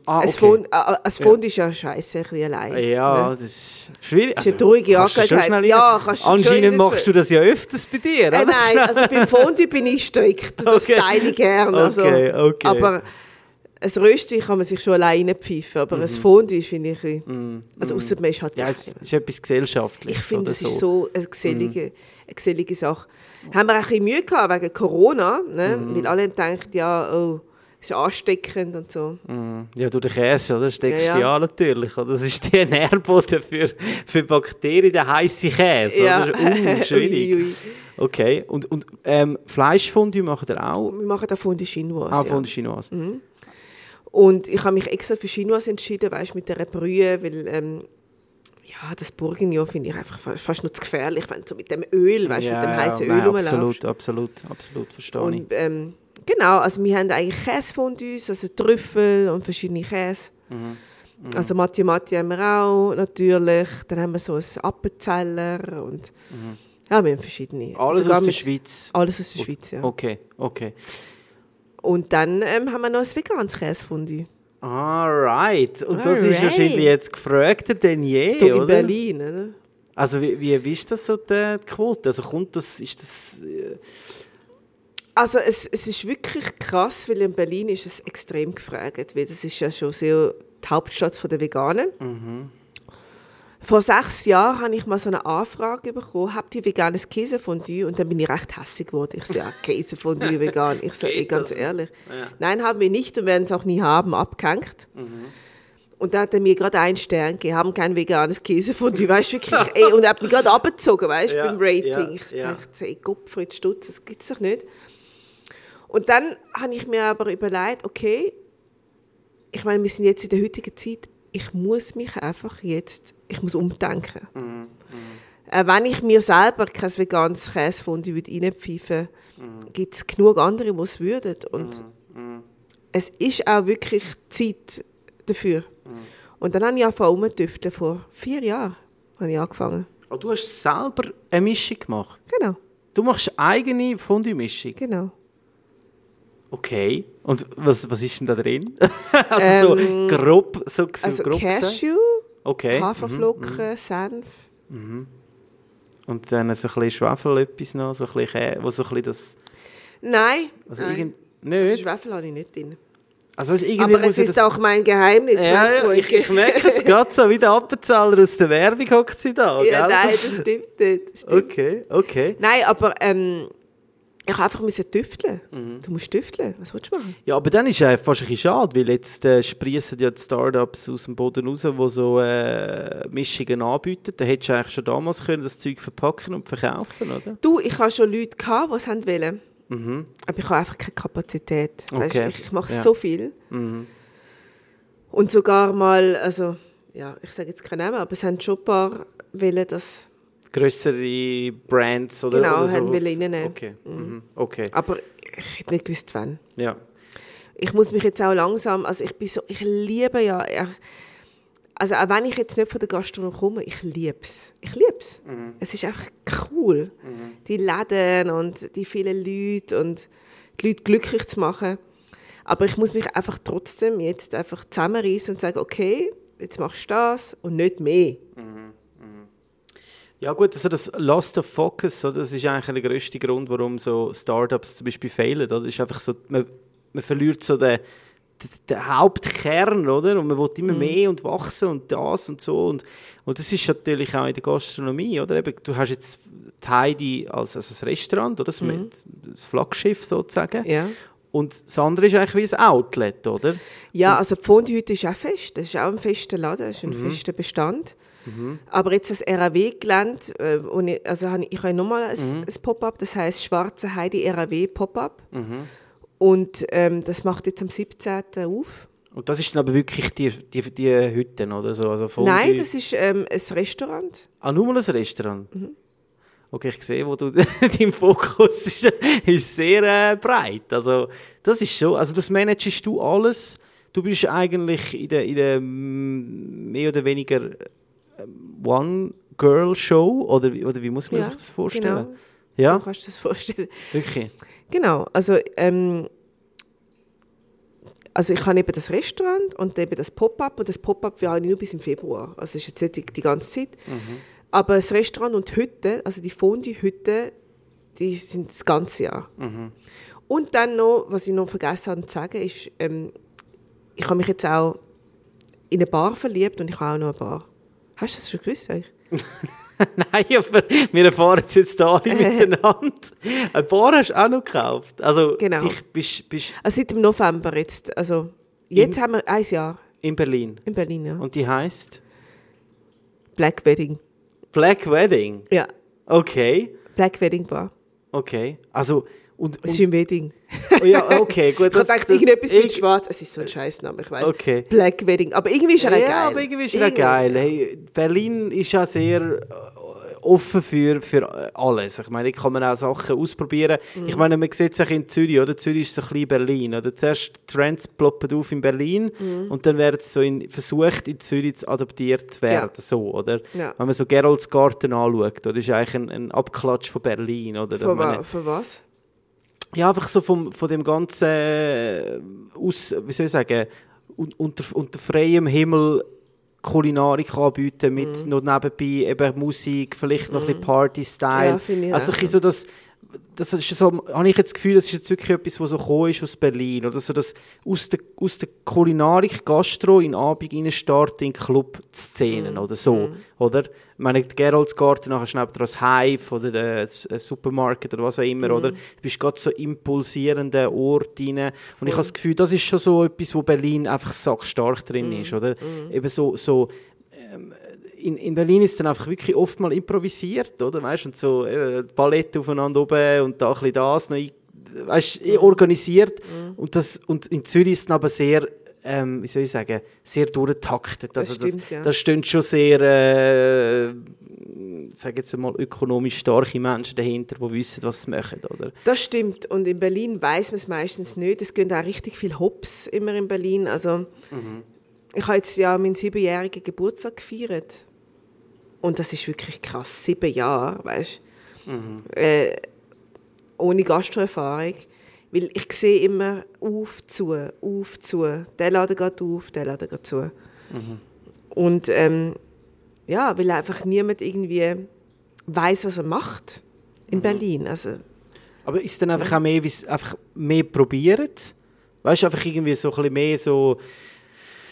Ah, Ein Fond, ah, ah, ein Fond ist ja scheiße, ein bisschen allein. Ja, Ne? das ist schwierig. Also, eine traurige kannst du schon Angelegenheit. schnell- Ja, kannst du schon Anscheinend nicht- machst du das ja öfters bei dir, Äh, oder? nein, also beim Fondue bin ich strikt. Das Okay. teile ich gerne. Also. Okay, okay. Aber ein Rösti kann man sich schon alleine pfeifen. Aber ein Fondue finde ich. ein bisschen- Also, außer man ist halt Mhm. Ja, daheim. es ist etwas gesellschaftliches. Ich finde, oder Mhm. das ist so eine gesellige, eine gesellige Sache. Haben wir auch ein bisschen Mühe gehabt wegen Corona, ne? Mhm. weil alle denken, ja, oh, es ist ansteckend und so. Mhm. Ja, du den Käse, oder? Steckst Ja, du ja. an natürlich. Oder? Das ist der Nährboden für, für Bakterien, der heiße Käse. ja. Oder? Uh, schwierig. Ui, ui. Okay, und, und ähm, Fleischfondue macht ihr auch? Ah, Wir machen da Fondue Chinoise. Auch ja. Mhm, von den Chinoisen. Und ich habe mich extra für Chinoise entschieden, weißt mit der Brühe, weil ähm, ja, das Bourguignon finde ich einfach fa- fast noch zu gefährlich, wenn du so mit dem Öl, weißt mit dem heißen Öl rumläufst. Absolut, absolut, absolut, verstehe ich. Und ähm, genau, also wir haben eigentlich Käsefondüs, also Trüffel und verschiedene Käse. Mhm, Also Matti Matti haben wir auch natürlich. Dann haben wir so ein Appenzeller und ja, wir haben verschiedene. Mhm. Alles Sogar aus der mit- Schweiz. Oh. Alles aus der Schweiz, ja. Okay, okay. Und dann ähm, haben wir noch ein veganes Käsefondue. Alright. Und das ist Alright. wahrscheinlich jetzt gefragter denn je, Du in oder? Berlin, oder? Also wie, wie, wie ist das so die die Quote? Also kommt das, ist das... äh, Also es, es ist wirklich krass, weil in Berlin ist es extrem gefragt, weil das ist ja schon sehr die Hauptstadt der Veganen. Vor sechs Jahren habe ich mal so eine Anfrage bekommen, habt ihr veganes Käsefondue? Und dann bin ich recht hässig geworden. Ich so, ja, Käsefondue vegan. Ich so, ey, Geht ganz das? Ah, ehrlich. Ja. Mhm. Nein, haben wir nicht und werden es auch nie haben, abgehängt. Und dann hat er mir gerade einen Stern gegeben, haben kein veganes Käsefondue, weißt du wirklich? Ey, und er hat mich gerade abgezogen, weißt du, Ja, beim Rating. ja, ich ja. dachte, ey, Gottfried Stutz, das gibt es doch nicht. Und dann habe ich mir aber überlegt, okay, ich meine, wir sind jetzt in der heutigen Zeit, ich muss mich einfach jetzt, ich muss umdenken. Mhm, Äh, wenn ich mir selber kein veganes Käsefondue würde reinpfeifen Mhm. würde, gibt es genug andere, die es würden. Und es ist auch wirklich Zeit dafür. Mhm. Und dann habe ich angefangen rumzutüfteln, vor vier Jahren habe ich angefangen. Oh, du hast selber eine Mischung gemacht. Genau, Du machst eigene Fondue-Mischung. genau. Okay. Und was, was ist denn da drin? also so grob, so, so Ähm, Also grob gesagt? Cashew, Okay. Mhm. Haferflocken, Senf. Und dann so ein bisschen Schwefel etwas noch, so ein bisschen, Kä- wo so ein bisschen das... Nein, Also nein. irgend... Also Nicht? Schwefel habe ich nicht drin. Also weißt, irgendwie Aber muss es ja ist das... auch mein Geheimnis. Ja, ja, Marco. ich, ich merke es gerade so, wie der Appenzeller aus der Werbung hockt sie da, gell? ja, nein, das stimmt nicht. Das stimmt. Okay, okay. Nein, aber ähm, ich musste einfach müssen tüfteln. Du musst tüfteln. Was willst du machen? Ja, aber dann ist es fast ein bisschen schade, weil jetzt äh, sprießen ja die Startups aus dem Boden raus, die so äh, Mischungen anbieten. Da hättest du eigentlich schon damals können das Zeug verpacken und verkaufen, oder? Du, ich hatte schon Leute, gehabt, die es haben wollen. Aber ich habe einfach keine Kapazität. Weißt, Okay. ich, ich mache Ja. so viel. Mhm. Und sogar mal, also, ja, ich sage jetzt keinen Namen, aber es haben schon ein paar wollen, dass... Größere Brands oder, Genau, oder so. haben wir reinnehmen. Okay, mhm. okay, Aber ich hätte nicht gewusst, wann. ja. ich muss mich jetzt auch langsam, also ich bin so, ich liebe ja, ich- also auch wenn ich jetzt nicht von der Gastronomie komme, ich liebe es. Ich liebe es. Es ist einfach cool, die Läden und die vielen Leute und die Leute glücklich zu machen. Aber ich muss mich einfach trotzdem jetzt einfach zusammenreißen und sagen, okay, jetzt machst du das und nicht mehr. Ja gut, also das Lost of Focus, oder? das ist eigentlich der grösste Grund, warum so Startups zum Beispiel fehlen. Oder? Das ist einfach so, man, man verliert so den, den, den Hauptkern, oder? Und man will Mhm. immer mehr und wachsen und das und so. Und, und das ist natürlich auch in der Gastronomie, oder? Eben, du hast jetzt die Heidi als, als das Restaurant, oder? Das, das Flaggschiff sozusagen. Mhm. Ja. Und das andere ist eigentlich wie ein Outlet, oder? Ja, also die Fondue heute ist auch fest. Das ist auch ein fester Laden, das ist ein fester Bestand. Aber jetzt das RAW-Gelände, äh, und ich- also habe ich- ich habe nochmal ein, ein Pop-up, das heißt Schwarze Heide RAW Pop-up. Und ähm, das macht jetzt am 17. auf. Und das ist dann aber wirklich die, die, die Hütten, oder? So, also Fondue- Nein, das ist ähm, ein Restaurant. Ah, nur mal ein Restaurant? Mhm. Okay, ich sehe, wo du dein Fokus ist, ist sehr äh, breit. Also das ist schon, also das managest du alles. Du bist eigentlich in der, in der mm, mehr oder weniger ähm, One-Girl-Show oder, wie- oder wie muss man Ja, sich das vorstellen? genau. Ja, Du kannst dir das vorstellen. wirklich. Genau, also ähm, also ich habe eben das Restaurant und eben das Pop-up und das Pop-up wir haben nur bis im Februar. Also es ist jetzt nicht die, die ganze Zeit. Aber das Restaurant und die Hütte, also die Fondue-Hütte, die sind das ganze Jahr. Und dann noch, was ich noch vergessen habe zu sagen, ist, ähm, ich habe mich jetzt auch in eine Bar verliebt und ich habe auch noch eine Bar. Hast du das schon gewusst eigentlich? Nein, aber wir erfahren es jetzt alle Äh. miteinander. Ein Bar hast du auch noch gekauft. Also, Genau. dich bist, bist Also seit dem November jetzt. Also jetzt haben wir ein Jahr in Berlin. in Berlin. Ja. Und die heißt Black Wedding. Black Wedding. Ja, Okay, Black Wedding Bar. okay. Also, und. Es ist und im Wedding. oh ja, okay, gut. ich habe gedacht, irgendetwas irg- mit Schwarz. Es ist so ein Scheißname, ich weiß. Okay. Black Wedding. Aber irgendwie ist er ja, auch geil. aber irgendwie ist er auch geil. Hey, Berlin ist ja sehr äh, offen für, für alles. Ich meine, ich kann man auch Sachen ausprobieren. Mhm. Ich meine, man sieht es auch in Zürich, oder? Zürich ist so ein bisschen Berlin, oder? Zuerst die Trends ploppen auf in Berlin und dann wird es so in, versucht, in Zürich zu adaptiert zu werden, Mhm. Ja. so, oder? Ja. Wenn man so Geroldsgarten anschaut, oder? Ist eigentlich ein, ein Abklatsch von Berlin, oder? Von, Ich meine, wa von was? ja, einfach so vom, von dem ganzen äh, aus, wie soll ich sagen, un, unter, unter freiem Himmel Kulinarik anbieten mit noch nebenbei eben Musik, vielleicht noch ein bisschen Party-Style. Ja, finde ich also auch. ein bisschen so das, das ist so, habe ich jetzt das Gefühl, das ist jetzt wirklich etwas, was so gekommen ist aus Berlin oder so das aus der, aus der Kulinarik Gastro in den Abend rein starten in Club Szenen oder so, oder? Ich meine, die Geroldsgarten, nachher schnell dran das Hive oder der S- äh, Supermarket oder was auch immer, oder? Du bist gerade so impulsierenden Ort rein. Und ich habe das Gefühl, das ist schon so etwas, wo Berlin einfach sackstark drin ist, oder? Eben so, so in, in Berlin ist dann einfach wirklich oft mal improvisiert, oder? Weißt, und so äh, die Palette aufeinander oben und da ein bisschen das noch ein- weißt, eh organisiert. Mhm. Und, das, und in Zürich ist es dann aber sehr, ähm, wie soll ich sagen, sehr durchtaktet. Das Also stimmt, das, ja. das stehen schon sehr, äh, sage jetzt mal, ökonomisch starke Menschen dahinter, die wissen, was sie machen, oder? Das stimmt. Und in Berlin weiß man es meistens nicht. Es gehen auch richtig viel Hops immer in Berlin. Also, ich habe jetzt ja meinen siebenjährigen Geburtstag gefeiert. Und das ist wirklich krass. Sieben Jahre, weißt du? Äh, ohne Gastroerfahrung. Weil ich sehe immer auf, zu, auf, zu. Der Laden geht auf, der Laden geht zu. Und ähm, ja, weil einfach niemand irgendwie weiß, was er macht in Berlin. Also, Aber ist dann einfach auch mehr, wie es einfach mehr probiert? Weißt du, einfach irgendwie so ein bisschen mehr so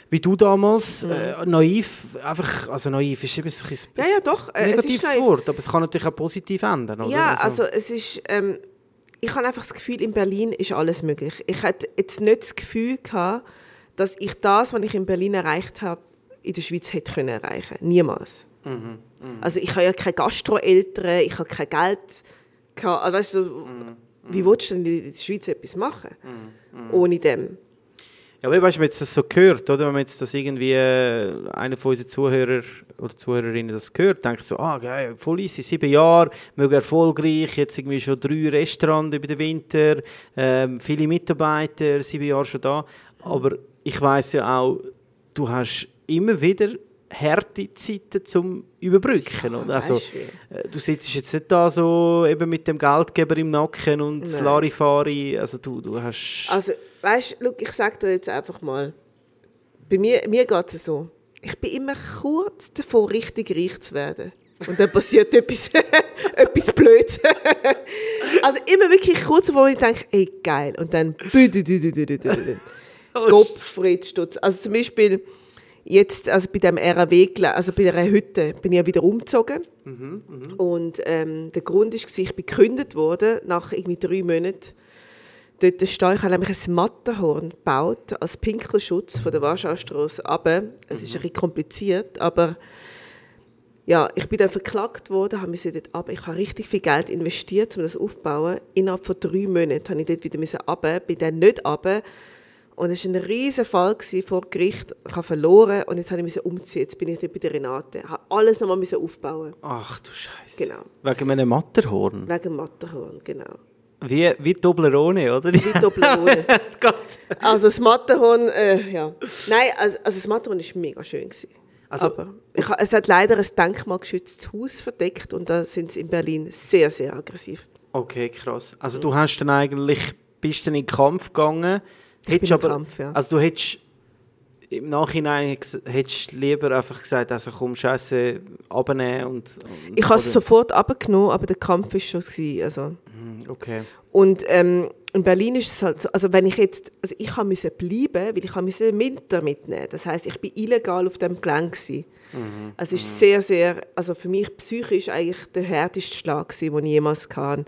wie du damals, äh, naiv, einfach, also naiv ist immer so ein bisschen Ja, ja, doch, äh, es ist negatives naiv. Wort, aber es kann natürlich auch positiv ändern, oder? Ja, also es ist, ähm, ich habe einfach das Gefühl, in Berlin ist alles möglich. Ich hatte jetzt nicht das Gefühl gehabt, dass ich das, was ich in Berlin erreicht habe, in der Schweiz hätte können erreichen. Niemals. Mhm, Also ich habe ja keine Gastroeltern, ich habe kein Geld. Gehabt. Also, weißt du, so, Mhm, wie willst du denn in der Schweiz etwas machen? Ohne dem. Ja, aber weißt, wenn man jetzt das so gehört, oder? Wenn man jetzt das irgendwie äh, einer von unseren Zuhörer oder Zuhörerinnen das gehört, denkt so, ah, geil, voll easy, sieben Jahre, mega erfolgreich, jetzt irgendwie schon drei Restaurants über den Winter, ähm, viele Mitarbeiter, sieben Jahre schon da. Aber ich weiß ja auch, du hast immer wieder harte Zeiten zum Überbrücken. oder? also, weisst du äh, du sitzt jetzt nicht da so eben mit dem Geldgeber im Nacken und das Nein. Larifari, also du, du hast... Also, weißt du, ich sage dir jetzt einfach mal, bei mir, mir geht es so. Ich bin immer kurz davor, richtig reich zu werden. Und dann passiert etwas, etwas Blödes. also immer wirklich kurz davor, wo ich denke, ey, geil. Und dann... Gottfried Stutz. Also zum Beispiel jetzt, also bei dem RAW, gele- also bei der Hütte, bin ich ja wieder umgezogen. Und ähm, der Grund war, ich bin gekündigt worden, nach irgendwie drei Monaten. Dort stehe ich, habe nämlich ein Matterhorn gebaut, als Pinkelschutz von der Warschaustrasse runter. Es ist ein bisschen kompliziert, aber ja, ich bin dann verklagt worden, habe mich dort ab. Ich habe richtig viel Geld investiert, um das aufzubauen. Innerhalb von drei Monaten habe ich dort wieder müssen runter, bin dann nicht runter. Und es war ein riesen Fall gewesen vor Gericht. Ich habe verloren und jetzt habe ich müssen umziehen. Jetzt bin ich dort bei der Renate. habe alles nochmal müssen aufbauen. Ach du Scheiße. Genau. Wegen meinem Matterhorn. Wegen dem Matterhorn, genau. Wie, wie Toblerone, oder? Wie Doppelrune. Gott. Also das Matterhorn, äh, ja. Nein, also, also das Matterhorn war mega schön. Gewesen. Also- Aber ich, ha- es hat leider ein denkmalgeschütztes Haus verdeckt und da sind sie in Berlin sehr, sehr aggressiv. Okay, krass. Also du hast dann eigentlich, bist dann in den Kampf gegangen Hättest bin im aber, Kampf, ja. Also du hättest im Nachhinein ges- hättest lieber einfach gesagt, also komm, Scheiße, abnehmen und. und Ich habe es oder- sofort abgenommen, aber der Kampf war schon. Gewesen, also. Hm, Okay. Und ähm, in Berlin ist es halt so, also wenn ich jetzt, also ich habe müssen bleiben, weil ich habe müssen den Winter mitnehmen. Das heißt, ich bin illegal auf dem Gelände gsi. Mhm. Also es ist sehr, sehr, also für mich psychisch eigentlich der härteste Schlag gsi, den ich jemals kann.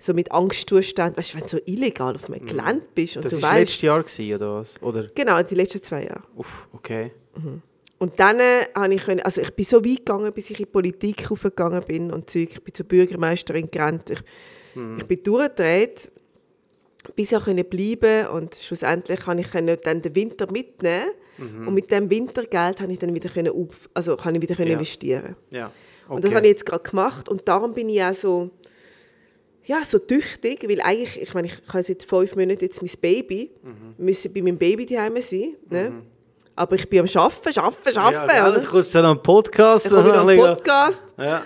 So mit Angstzustand, weißt du, wenn du so illegal auf einem Gelände bist und Mhm. Das du war weißt, letztes Jahr gewesen, oder was? Oder? genau die letzten zwei Jahre. Uff, okay. Und dann äh, habe ich können, also ich bin so weit gegangen, bis ich in die Politik aufgegangen bin und Zeug. Ich bin zur Bürgermeisterin gerannt. Ich, ich bin durchgedreht, bis ich können bleiben und schlussendlich habe ich können dann den Winter mitnehmen und mit dem Wintergeld habe ich dann wieder können auf, also kann ich wieder können Ja. investieren. Ja. Okay. Und das habe ich jetzt gerade gemacht und darum bin ich auch so ja, so tüchtig, weil eigentlich, ich meine, ich kann seit fünf Monaten jetzt mein Baby, Mhm. müssen bei meinem Baby daheim sein, ne? Aber ich bin am Arbeiten, Arbeiten, Arbeiten, ja, oder? dann kommst du noch einen Podcast. Dann komme ich noch noch ein Ah, bisschen- einen Podcast. Ja.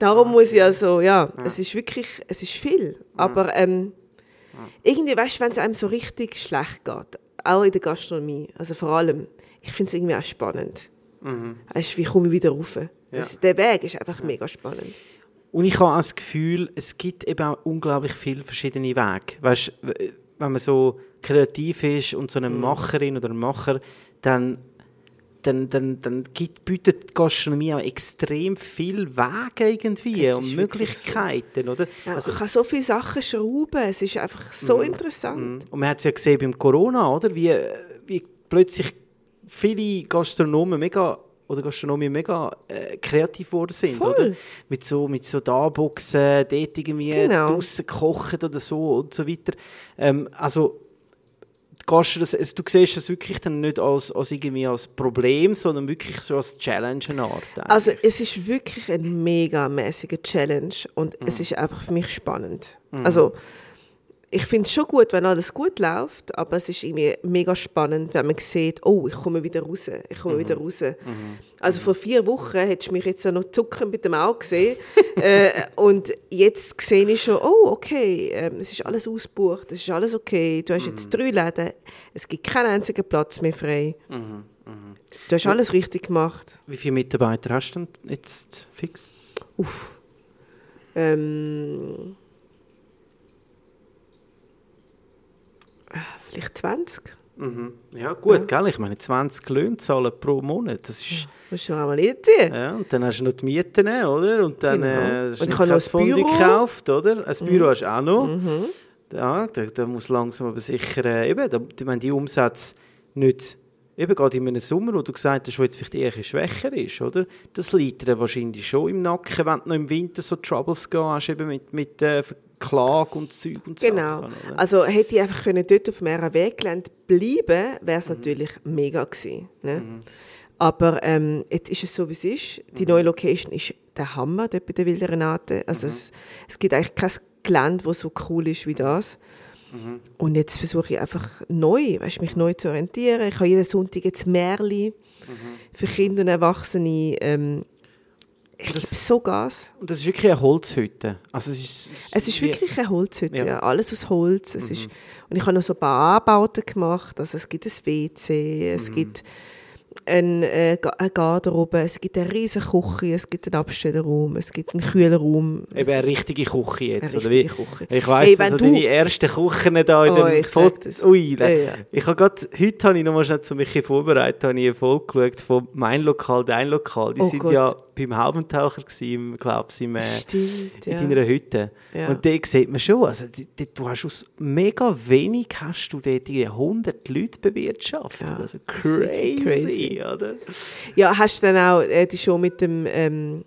Darum muss ich also, ja, es ist wirklich, es ist Mhm. viel. Aber ähm, irgendwie, weißt du, wenn es einem so richtig schlecht geht, auch in der Gastronomie, also vor allem, ich finde es irgendwie auch spannend. Mhm. Weißt du, wie komme ich wieder rauf? Das, der Weg ist einfach mega spannend. Und ich habe auch das Gefühl, es gibt eben auch unglaublich viele verschiedene Wege. Weißt, w- wenn man so kreativ ist und so eine Mhm. Macherin oder ein Macher, dann, dann, dann, dann gibt, bietet die Gastronomie auch extrem viele Wege irgendwie Es ist und wirklich Möglichkeiten, oder? Ja, Also, man kann so viele Sachen schrauben, es ist einfach so interessant. und man hat es ja gesehen beim Corona, oder? Wie, wie plötzlich viele Gastronomen mega oder Gastronomie mega äh, kreativ geworden sind, Voll. oder? Mit so, mit so da Boxen, dort irgendwie Genau. draussen kochen oder so und so weiter. Ähm, also, die Gastro, das, also du siehst das wirklich dann nicht als, als, irgendwie als Problem, sondern wirklich so als Challenge eine Art. äh. eigentlich. Also es ist wirklich eine mega mäßige Challenge und es ist einfach für mich spannend. Also ich finde es schon gut, wenn alles gut läuft, aber es ist irgendwie mega spannend, wenn man sieht, oh, ich komme wieder raus, ich komme wieder raus. Also vor vier Wochen hättest du mich jetzt ja noch zucken mit dem Auge gesehen äh, und jetzt sehe ich schon, oh, okay, ähm, es ist alles ausgebucht, es ist alles okay, du hast jetzt drei Läden, es gibt keinen einzigen Platz mehr frei. Du hast alles richtig gemacht. Wie viele Mitarbeiter hast du denn jetzt fix? Uff. Ähm. ah, Vielleicht 20. Mhm. Ja, gut, gell? Ich meine, 20 Löhnzahlen pro Monat, das ist... Muss schon einmal reinziehen. Ja, und dann hast du noch die Mieten, oder? Und dann Genau. äh, hast du Und ich noch habe kein noch ein Fondue Büro. Mhm. gekauft, oder? Ein Büro hast du auch noch. Ja, da, da muss langsam aber sicher, äh, eben, da, ich meine, die Umsätze nicht, eben gerade in einem Sommer, wo du gesagt hast, wo jetzt vielleicht eher ein bisschen schwächer ist, oder? Das liegt dir wahrscheinlich schon im Nacken, wenn du noch im Winter so Troubles gehabt hast, eben mit, mit äh, Verklag und Zeug und Genau. Sachen. oder? Also hätte ich einfach können dort auf mehreren Weggelände bleiben wäre es natürlich mega gewesen. Ne? Aber ähm, jetzt ist es so, wie es ist. Die neue Location ist der Hammer dort bei der Wilden Renate. Also es, es gibt eigentlich kein Gelände, das so cool ist wie das. Und jetzt versuche ich einfach neu, weißt, mich neu zu orientieren. Ich habe jeden Sonntag jetzt Märli für Kinder und Erwachsene. Ähm, ich gebe so Gas. Und das ist wirklich eine Holzhütte. Also es ist, Es ist wie- wirklich eine Holzhütte, Ja. Mhm. ja. alles aus Holz. Es ist, und ich habe noch so ein paar Anbauten gemacht. Also es gibt ein WC, Mhm. es gibt ein, äh, Ga- eine Garderobe, es gibt eine riesige Küche, es gibt einen Abstellraum, es gibt einen Kühlraum. Eben eine richtige Küche jetzt, Eine oder wie? richtige Küche. Ich weiss, Ey, dass wenn du du- deine ersten Küchen da in Oh, den ich sag das. Ui, Ja, ja. ich habe gerade, heute habe ich noch mal schnell zu mich vorbereitet, habe ich eine Folge geschaut von «Mein Lokal, dein Lokal». Die Oh sind Gott. ja beim Haubentaucher gewesen, glaube ich, im, äh, Stimmt, in ja. deiner Hütte. Ja. Und dort sieht man schon, also, die, die, du hast aus mega wenig hast du dort die 100 Leute bewirtschaftet. Ja, Also das ist crazy, wirklich crazy. oder? Ja, hast du dann auch äh, die Show mit dem... Ähm,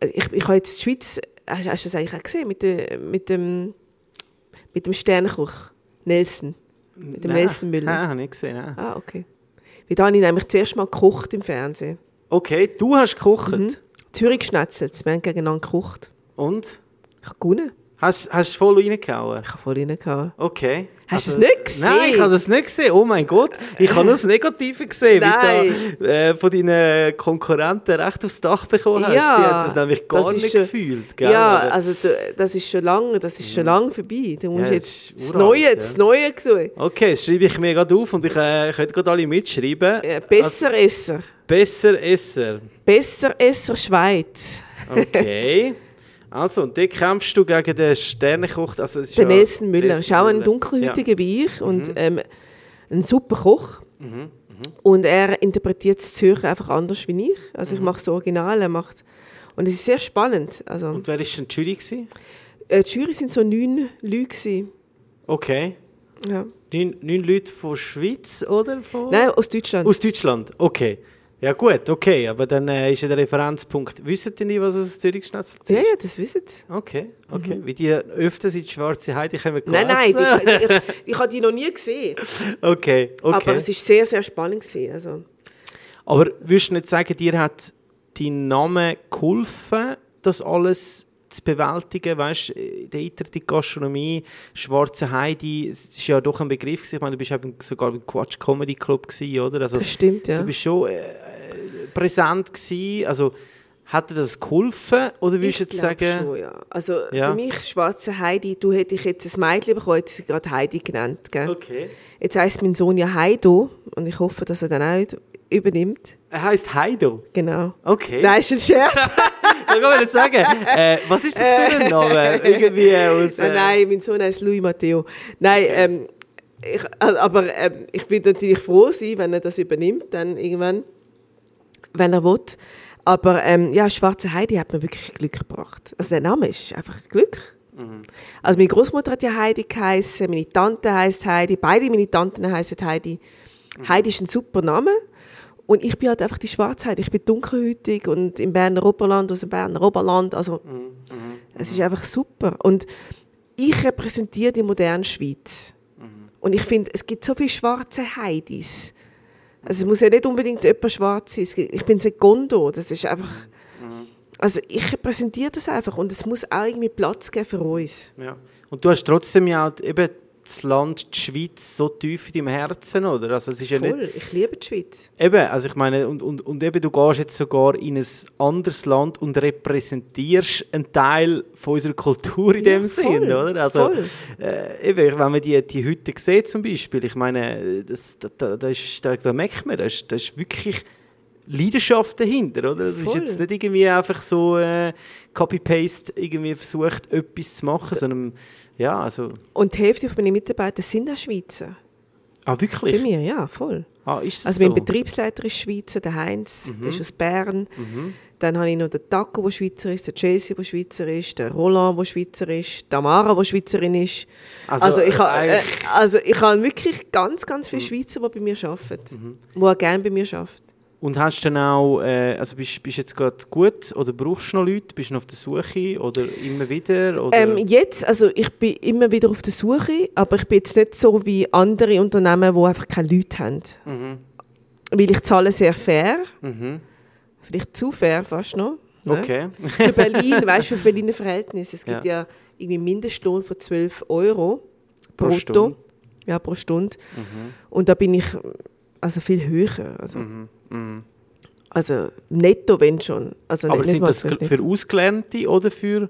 also ich, ich habe jetzt die Schweiz... Hast, hast du das eigentlich auch gesehen? Mit, der, mit dem, mit dem Sternenkoch Nelson. Mit dem Nelson Müller. Nein, habe ich nicht gesehen. Nein. Ah, okay. Weil da habe ich nämlich zuerst mal gekocht im Fernsehen. Okay, du hast gekocht. Mhm. Zürich geschnetzelt. Wir haben gegeneinander gekocht. Und? Ich habe gewonnen. Hast du voll reingehauen? Ich habe voll reingehauen. Okay. Hast du es nicht gesehen? Nein, ich habe das nicht gesehen. Oh mein Gott, ich habe nur das Negative gesehen, wie Nein. du äh, von deinen Konkurrenten recht aufs Dach bekommen hast. Ja, Die haben das nämlich gar das ist nicht schon- gefühlt. Gell? ja, Aber- Mhm. also du- das ist schon lange, das ist schon lange vorbei. Du musst Ja, das jetzt ist das uralt, Neue, ja. das Neue tun. Okay, das schreibe ich mir gerade auf und ich äh, könnte gerade alle mitschreiben. Äh, Also Besseresser. Besser Esser. Besseresser Schweiz. Okay. also, und dort kämpfst du gegen den Sternenkoch. Also, es ist Der ja- Nelson Müller. Ist auch Müller. ein Mhm. dunkelhäutiger Weich und ähm, ein super Koch. Und er interpretiert das Zürcher einfach anders wie ich. Also Mhm. ich mache das Original, er macht... Und es ist sehr spannend. Also, Und wer war denn die Jury? gewesen? äh, die Jury sind so neun Leute. gewesen. Okay. Ja. Neun, neun Leute von der Schweiz, oder? Von? Nein, aus Deutschland. Aus Deutschland, okay. Ja gut, okay, aber dann äh, ist ja der Referenzpunkt. Wissen die nicht, was es Zürich schnetzelt? ja, ja, das wissen sie. Okay, okay. Wie die öfters in die schwarze Heide kommen Nein, nein, gegessen. die, die, ich, ich habe die noch nie gesehen. Okay, okay. Aber es war sehr, sehr spannend. Gewesen, also. Aber würdest du nicht sagen, dir hat dein Name geholfen, das alles zu bewältigen? Weißt du, in der Internet Gastronomie, Schwarze Heidi, es ist ja doch ein Begriff. gewesen. Ich meine, du bist eben sogar im Quatsch Comedy Club, gewesen, oder? Also, Das stimmt, ja. Du bist schon äh, äh, präsent. Gewesen. Also, hat dir das geholfen? Oder würdest du Ich jetzt glaub sagen. Schon, ja. Also Ja. für mich, schwarze Heidi, du hättest ich jetzt ein Mädchen bekommen, hätte ich sie gerade Heidi genannt. Gell? Okay. Jetzt heisst mein Sohn ja Heido und ich hoffe, dass er dann auch übernimmt. Er heisst Heido. Genau. Okay. Nein, ist ein Scherz. Ich wollte sagen, äh, was ist das für ein Name? Irgendwie aus. äh, nein, nein, mein Sohn heißt Louis Matteo. Nein, ähm, ich, also, aber ähm, ich bin natürlich froh sein, wenn er das übernimmt, dann irgendwann, wenn er will. Aber ähm, ja, Schwarze Heidi hat mir wirklich Glück gebracht. Also der Name ist einfach Glück. Also meine Großmutter hat ja Heidi geheißen, meine Tante heißt Heidi, beide meine Tanten heißen Heidi. Heidi ist ein super Name. Und ich bin halt einfach die Schwarzheit. Ich bin dunkelhütig und im Berner Oberland, aus dem Berner Oberland. Also, es ist einfach super. Und ich repräsentiere die moderne Schweiz. Mhm. Und ich finde, es gibt so viele schwarze Heidis. Also es muss ja nicht unbedingt jemand schwarz sein. Es gibt- Ich bin Secondo, das ist einfach... Mhm. Also ich repräsentiere das einfach und es muss auch irgendwie Platz geben für uns. Ja. Und du hast trotzdem ja auch eben das Land, die Schweiz, so tief in deinem Herzen, oder? Also es ist ja nicht... Voll, ich liebe die Schweiz. Eben, also ich meine, und, und, und eben, du gehst jetzt sogar in ein anderes Land und repräsentierst einen Teil von unserer Kultur in Ja, dem voll, Sinn, oder? Also, voll. äh, eben, wenn man die, die heute sieht zum Beispiel, ich meine, das, da, da, da, ist, da, da merkt man, da ist, da ist wirklich Leidenschaft dahinter, oder? Das ist Voll. jetzt nicht irgendwie einfach so äh, Copy-Paste irgendwie versucht, etwas zu machen, sondern, ja, also... Und die Hälfte von meinen Mitarbeitern sind auch Schweizer. Ah, Bei wirklich? mir, ja, voll. Ah, ist das Also so? Mhm. mein Betriebsleiter ist Schweizer, der Heinz, der ist aus Bern. Dann habe ich noch den Taco, der Schweizer ist, der Jesse, der Schweizer ist, der Roland, der Schweizer ist, die Amara, die Schweizerin ist. Also, Also, ich habe, äh, eigentlich- Mhm. also ich habe wirklich ganz, ganz viele Schweizer, die bei mir arbeiten, die auch gerne bei mir arbeiten. Und hast du dann auch, äh, also bist du jetzt gerade gut oder brauchst du noch Leute? Bist du noch auf der Suche oder immer wieder? Oder? Ähm, jetzt, also ich bin immer wieder auf der Suche, aber ich bin jetzt nicht so wie andere Unternehmen, die einfach keine Leute haben. Weil ich zahle sehr fair, ne? mhm. vielleicht zu fair fast noch. ne? Okay. Für Berlin, weißt du, für Berliner Verhältnisse. Es gibt Ja. ja, irgendwie einen Mindestlohn von 12 Euro Pro brutto. Stunde. Mhm. Ja, pro Stunde. Und da bin ich also viel höher. Also, also netto, wenn schon. Also mhm. Aber nicht sind mal das 12 für Ausgelernte oder für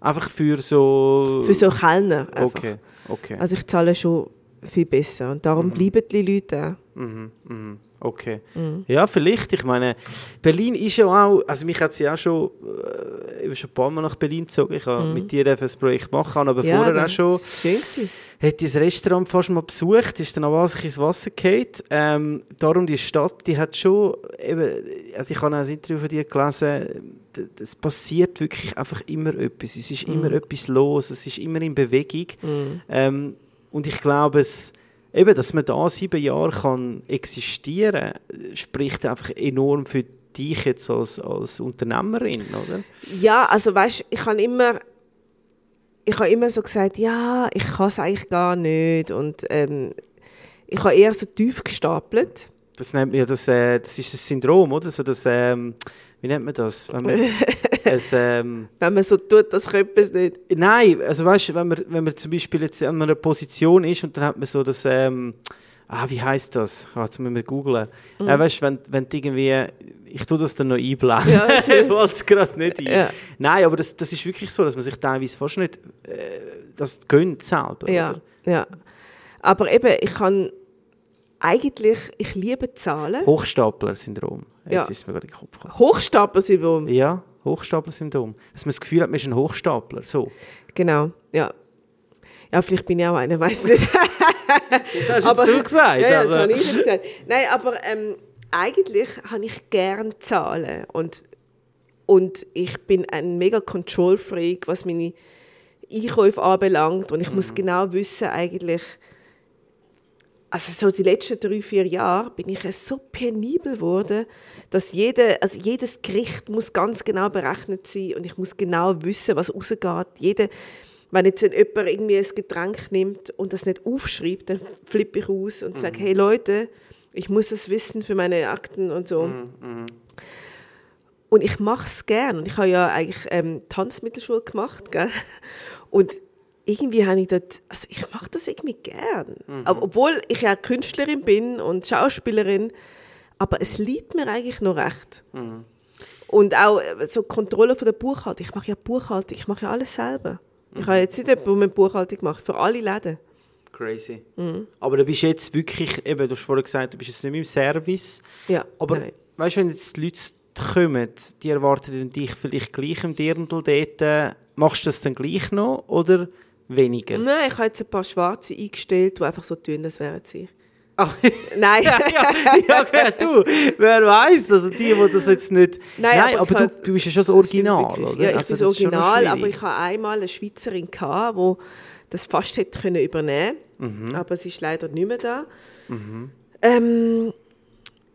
einfach für so. für so Kellner einfach. Okay, okay. Also ich zahle schon viel besser und darum bleiben die Leute auch. Mhm, mhm, okay. Ja, vielleicht. Ich meine, Berlin ist ja auch, also mich hat sie auch schon, äh, ich bin schon ein paar Mal nach Berlin gezogen. Ich habe mit dir ein Projekt machen, können, aber vorher auch Mhm. dann- schon. das ist Schön gewesen. hat das Restaurant fast mal besucht, ist dann aber sich ins Wasser gefallen. Ähm, darum, die Stadt, die hat schon, eben, also ich habe auch ein Interview von dir gelesen, d- d- es passiert wirklich einfach immer etwas. Es ist Mhm. immer etwas los, es ist immer in Bewegung. Ähm, und ich glaube, es, eben, dass man da sieben Jahre kann existieren kann, spricht einfach enorm für dich jetzt als, als Unternehmerin, oder? Ja, also weißt, ich habe immer, ich habe immer so gesagt, ja, ich kann es eigentlich gar nicht und ähm, ich habe eher so tief gestapelt. Das nennt man ja das, äh, das ist das Syndrom, oder? So das, ähm, wie nennt man das? Wenn man ein, ähm, Wenn man so tut, das könnte es nicht. Nein, also weißt du, wenn man, wenn man zum Beispiel jetzt an einer Position ist und dann hat man so das, ähm, ah, wie heißt das? Ah, jetzt müssen wir googeln. Mhm. Äh, weißt du, wenn, wenn du irgendwie, ich tue das dann noch einblenden, Ja, ja, ist schön. ich wollte es gerade nicht ein. Ja. Nein, aber das, das ist wirklich so, dass man sich teilweise fast nicht äh, das gönnt selber. Ja, Oder? ja. Aber eben, ich kann eigentlich, ich liebe Zahlen. Hochstapler-Syndrom. Jetzt Ja. ist es mir gerade in den Kopf gekommen. Hochstapler-Syndrom. Ja, Hochstapler-Syndrom. Dass man das Gefühl hat, man ist ein Hochstapler. So. Genau, ja. Ja, vielleicht bin ich auch einer, weiß nicht. Das hast jetzt du gesagt. Ja, ja, also. das habe ich jetzt gesagt. Nein, aber ähm, eigentlich habe ich gerne Zahlen und, und ich bin ein mega Control-Freak, was meine Einkäufe anbelangt und ich Mhm. muss genau wissen eigentlich, also so die letzten drei, vier Jahre bin ich so penibel geworden, dass jede, also jedes Gericht muss ganz genau berechnet sein und ich muss genau wissen, was rausgeht. Jede, wenn jetzt jemand irgendwie ein Getränk nimmt und das nicht aufschreibt, dann flippe ich aus und sage, hey Leute, ich muss das wissen für meine Akten und so. Und ich mache es gern. Und ich habe ja eigentlich ähm, Tanzmittelschule gemacht. Gell? Und irgendwie habe ich dort, also ich mache das irgendwie gern. Aber obwohl ich ja Künstlerin bin und Schauspielerin, aber es liegt mir eigentlich noch recht. Und auch äh, so die Kontrolle von der Buchhaltung. Ich mache ja Buchhaltung, ich mache ja alles selber. Ich habe jetzt nicht jemanden, der mir Buchhaltung macht, für alle Läden. Crazy. Mhm. Aber du bist jetzt wirklich, eben, du hast vorhin gesagt, du bist jetzt nicht mehr im Service. Ja, Aber nein. weißt du, wenn jetzt die Leute kommen, die erwarten dann dich vielleicht gleich im Dirndl dort, äh, machst du das dann gleich noch oder weniger? Nein, ich habe jetzt ein paar Schwarze eingestellt, die einfach so dünn das wären sie. Ah, Nein. ja, ja, ja, okay, du, wer weiß, also die, die das jetzt nicht... Nein, Nein, aber aber, ich du, hab- du bist ja schon das Das stimmt Original, wirklich. oder? Ja, ich Also, bin das das ist schon noch Original, aber schwierig. ich hatte einmal eine Schweizerin, gehabt, die das fast hätte können übernehmen Mhm. können, aber sie ist leider nicht mehr da. Ähm,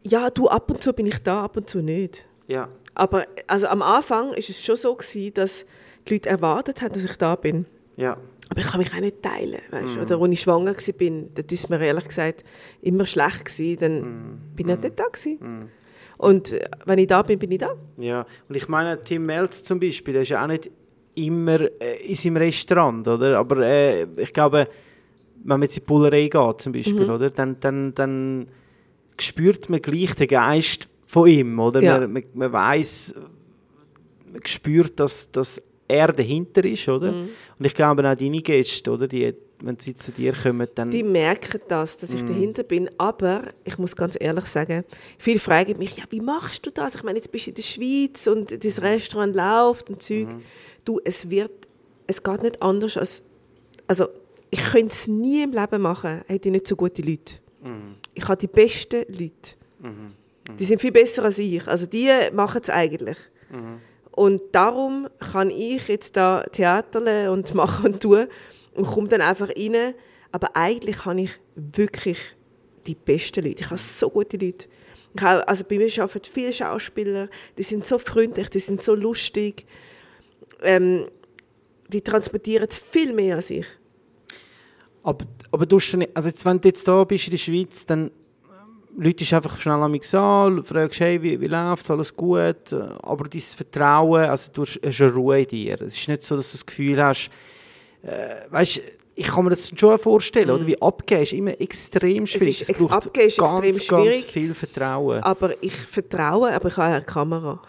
ja, du, ab und zu bin ich da, ab und zu nicht. Ja. Aber also, am Anfang war es schon so, gewesen, dass die Leute erwartet haben, dass ich da bin. Ja. Aber ich kann mich auch nicht teilen, weißt Mhm. du? Oder als ich schwanger war, da ist mir ehrlich gesagt immer schlecht gewesen, dann Mhm. bin ich halt nicht da gewesen. Und äh, wenn ich da bin, bin ich da. Ja, und ich meine, Tim Melz zum Beispiel, der ist ja auch nicht immer äh, in seinem Restaurant, oder? Aber äh, ich glaube, wenn man jetzt in die Pullerei geht zum Beispiel, Mhm. oder? Dann, dann, dann spürt man gleich den Geist von ihm, oder? Ja. Man, man, man weiß, man spürt, dass, dass er dahinter ist, oder? Mhm. Und ich glaube auch deine Gäste, oder? Die, wenn sie zu dir kommen, dann... Die merken das, dass ich dahinter bin. Aber ich muss ganz ehrlich sagen, viele fragen mich, ja, wie machst du das? Ich meine, jetzt bist du in der Schweiz und das Restaurant läuft und Zeug. Du, es wird, es geht nicht anders als, also ich könnte es nie im Leben machen, hätte ich nicht so gute Leute. Ich habe die besten Leute. Die sind viel besser als ich. Also die machen es eigentlich. Und darum kann ich jetzt da Theaterle und machen und tun und komme dann einfach rein. Aber eigentlich habe ich wirklich die besten Leute. Ich habe so gute Leute. Ich habe, also bei mir arbeiten viele Schauspieler, die sind so freundlich, die sind so lustig. Ähm, die transportieren viel mehr als ich. Aber, aber du hast ja nicht, also jetzt, wenn du jetzt da bist in der Schweiz, dann ähm, läutest du einfach schnell an mich an, fragst, hey, wie, wie läuft alles gut? Äh, Aber dein Vertrauen, also du hast hast eine Ruhe in dir. Es ist nicht so, dass du das Gefühl hast, äh, weißt ich kann mir das schon vorstellen, oder? Wie abgeben ist immer extrem schwierig. Mhm. ist ex- abgeben ist ganz, extrem ganz schwierig. viel Vertrauen. Aber ich vertraue, aber ich habe eine Kamera.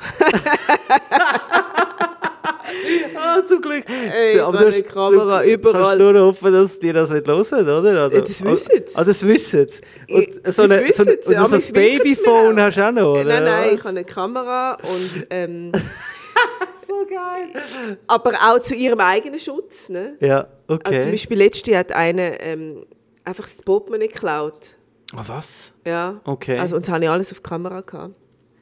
Ah, zum Glück. Ey, so eine Kamera zum- überall. kannst nur hoffen, dass die das nicht hören, oder? Also, Ja, das wissen sie. Ah, das wissen sie. Ich- Und so, das eine, so, wissen ein- sie, und so aber ein sie winken es mir Babyphone auch. hast du auch noch, oder? nein, nein, ich Oh, Was? habe eine Kamera und ähm, So geil. aber auch zu ihrem eigenen Schutz. Ne? Ja, okay. Also zum Beispiel letzte hat einer ähm, einfach das Portemonnaie geklaut. Ah, was? Ja. Okay. Also, und das habe ich alles auf Kamera gehabt.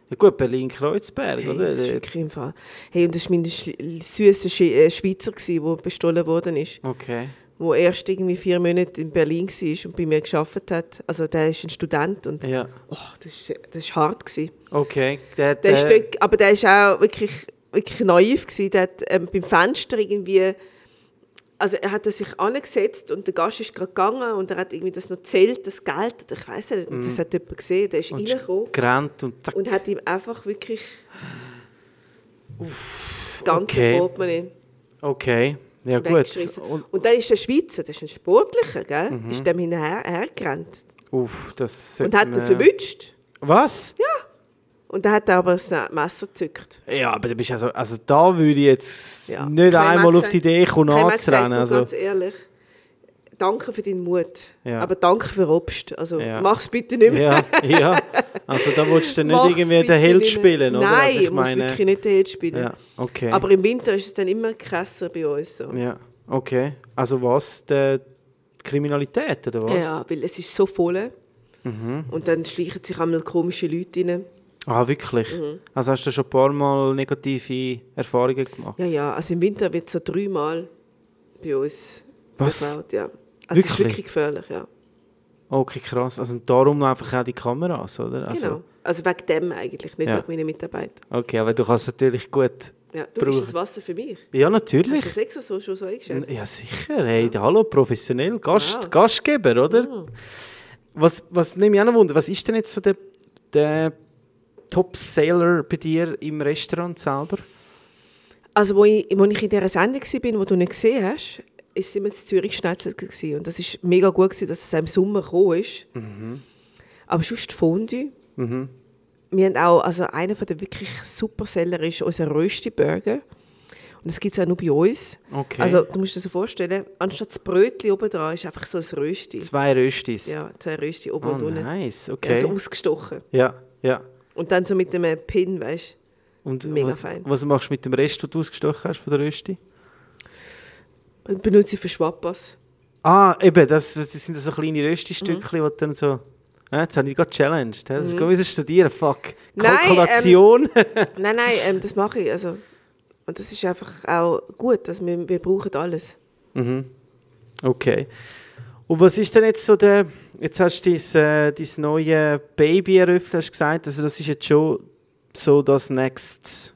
Ja, gut, Berlin-Kreuzberg, Hey, oder? das ist wirklich im Fall. Hey, und das war mein süßer Sch äh, Schweizer, der bestohlen worden ist. Okay. Der erst irgendwie vier Monate in Berlin war und bei mir gearbeitet hat. Also der ist ein Student und Ja. oh, das war das ist hart. Gewesen. Okay. Der, äh, Der der- ist dort, aber der war auch wirklich, wirklich naiv. Gewesen. Der hat ähm, beim Fenster irgendwie... Also er hat er sich angesetzt und der Gast ist gerade gegangen und er hat irgendwie das noch zählt, das Geld, oder ich weiß nicht, und das hat jemand gesehen, der ist Mhm. und reingekommen gerannt und zack. und hat ihm einfach wirklich Das ganze okay. Portemonnaie Okay, ja gut. weggeschmissen. Und, Mhm. Und dann ist der Schweizer, das ist ein Sportlicher, gell? ist dem hinterher hergerannt uff, das und sollte hat ihn man- verwünscht. Was? Und dann hat er aber das Messer gezückt. Ja, aber du bist also, also da würde ich jetzt Ja. nicht Kein einmal Mensch auf die sagt- Idee kommen, Kein Mensch sagt anzurennen. mir Also, Ganz ehrlich, danke für deinen Mut, Ja. aber danke für Obst. Also Ja. mach's bitte nicht mehr. ja, ja. Also da willst du nicht Mach's irgendwie bitte den Held nicht mehr. spielen, oder? Nein, also, ich muss wirklich nicht den Held spielen. Ja, okay. Aber im Winter ist es dann immer krasser bei uns. So. ja, okay. Also was? Die die Kriminalität, oder was? Ja, weil es ist so voll. Mhm. Und dann schleichen sich einmal komische Leute rein. Ah, wirklich? Mhm. Also hast du schon ein paar Mal negative Erfahrungen gemacht? Ja, ja, also im Winter wird so dreimal bei uns Was? geklaut, Ja. Also es ist Wirklich? wirklich gefährlich, ja. Okay, krass. Also und darum einfach auch die Kameras, oder? Also, Genau. Also wegen dem eigentlich, nicht Ja. wegen meinen Mitarbeitern. Okay, aber du kannst natürlich gut... Ja, du Brauch- bist das Wasser für mich. Ja, Hast natürlich. du das extra so schon so eingeschätzt? Ja, sicher. Hey, hallo, professionell. Gast, Wow. Mhm. Gastgeber, oder? Ah. Was, was nehme ich auch noch wunder, was ist denn jetzt so der, der Top-Seller bei dir im Restaurant selber? Also, wo ich, wo ich in dieser Sendung war, die du nicht gesehen hast, ist immer das Zürich Schnitzel. gewesen. Und das war mega gut, gewesen, dass es auch im Sommer gekommen ist. Mhm. Aber sonst Fondue. Wir haben auch, also einer von der wirklich super Seller ist unser Rösti-Burger. Und das gibt es auch nur bei uns. Okay. Also, du musst dir so vorstellen, anstatt das Brötchen oben dran ist einfach so ein Rösti. Zwei Röstis. Ja, zwei Rösti oben oh, und unten. nice. Okay. Also ausgestochen. ja, ja. Und dann so mit einem Pin, weißt du. Und Mega was, fein. was machst du mit dem Rest, den du ausgestochen hast von der Rösti? Und benutze ich für Schwappas. Ah, eben, das, das sind so kleine Mhm. Röstestückchen, die dann so... Ah, jetzt habe ich gerade challenged. hä? Das ist gut, wie so studieren. Fuck. Nein, ähm, Kalkulation. Nein, nein, ähm, das mache ich. Also. Und das ist einfach auch gut, dass wir, wir brauchen alles. Mhm. Okay. Und was ist denn jetzt so der. Jetzt hast du dein, äh, dein neue Baby eröffnet, hast gesagt. Also, das ist jetzt schon so das Next,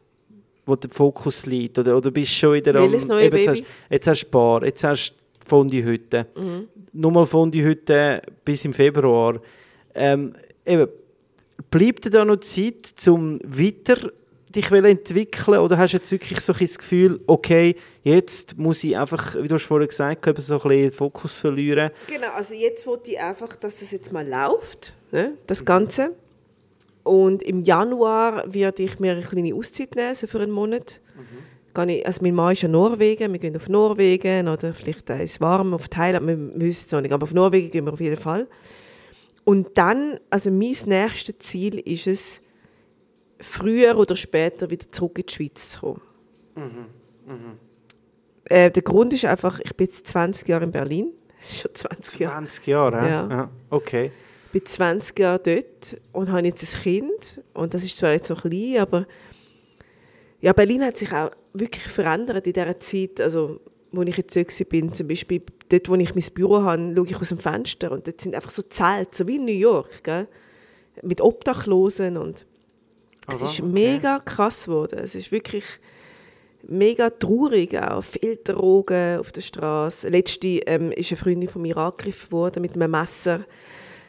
wo der Fokus liegt. Oder, oder bist du schon wieder Welches neue eben, jetzt, Baby? hast, jetzt hast du Bar, jetzt hast du Fondue-Hütte. Mhm. Nur mal Fondue-Hütte bis im Februar. Ähm, eben, bleibt dir da noch Zeit, um weiter dich wollen entwickeln oder hast du jetzt wirklich so ein bisschen das Gefühl, okay, jetzt muss ich einfach, wie du hast vorhin gesagt, hast, eben so ein bisschen den Fokus verlieren. Genau, also jetzt wollte ich einfach, dass das jetzt mal läuft, ne? das Ganze. Und im Januar werde ich mir eine kleine Auszeit nehmen, so für einen Monat. Gehe Ich, also mein Mann ist ja Norwegen, wir gehen auf Norwegen oder vielleicht äh, ist warm auf Thailand, wir, wir wissen es noch nicht, aber auf Norwegen gehen wir auf jeden Fall. Und dann, also mein nächstes Ziel ist es, früher oder später wieder zurück in die Schweiz zu kommen. Äh, der Grund ist einfach, ich bin jetzt 20 Jahre in Berlin, das ist schon 20 Jahre 20 Jahre, hä? Ja. Okay. bin 20 Jahre dort und habe jetzt ein Kind. Und das ist zwar jetzt noch klein, aber ja, Berlin hat sich auch wirklich verändert in dieser Zeit, also wo ich jetzt so bin, zum Beispiel dort, wo ich mein Büro habe, schaue ich aus dem Fenster und dort sind einfach so Zelte, so wie in New York, gell? mit Obdachlosen und es Aha, ist okay. mega krass geworden. Es ist wirklich mega traurig auch. Viel Drogen auf der Straße. Letzte ähm, ist eine Freundin von mir angegriffen worden mit einem Messer.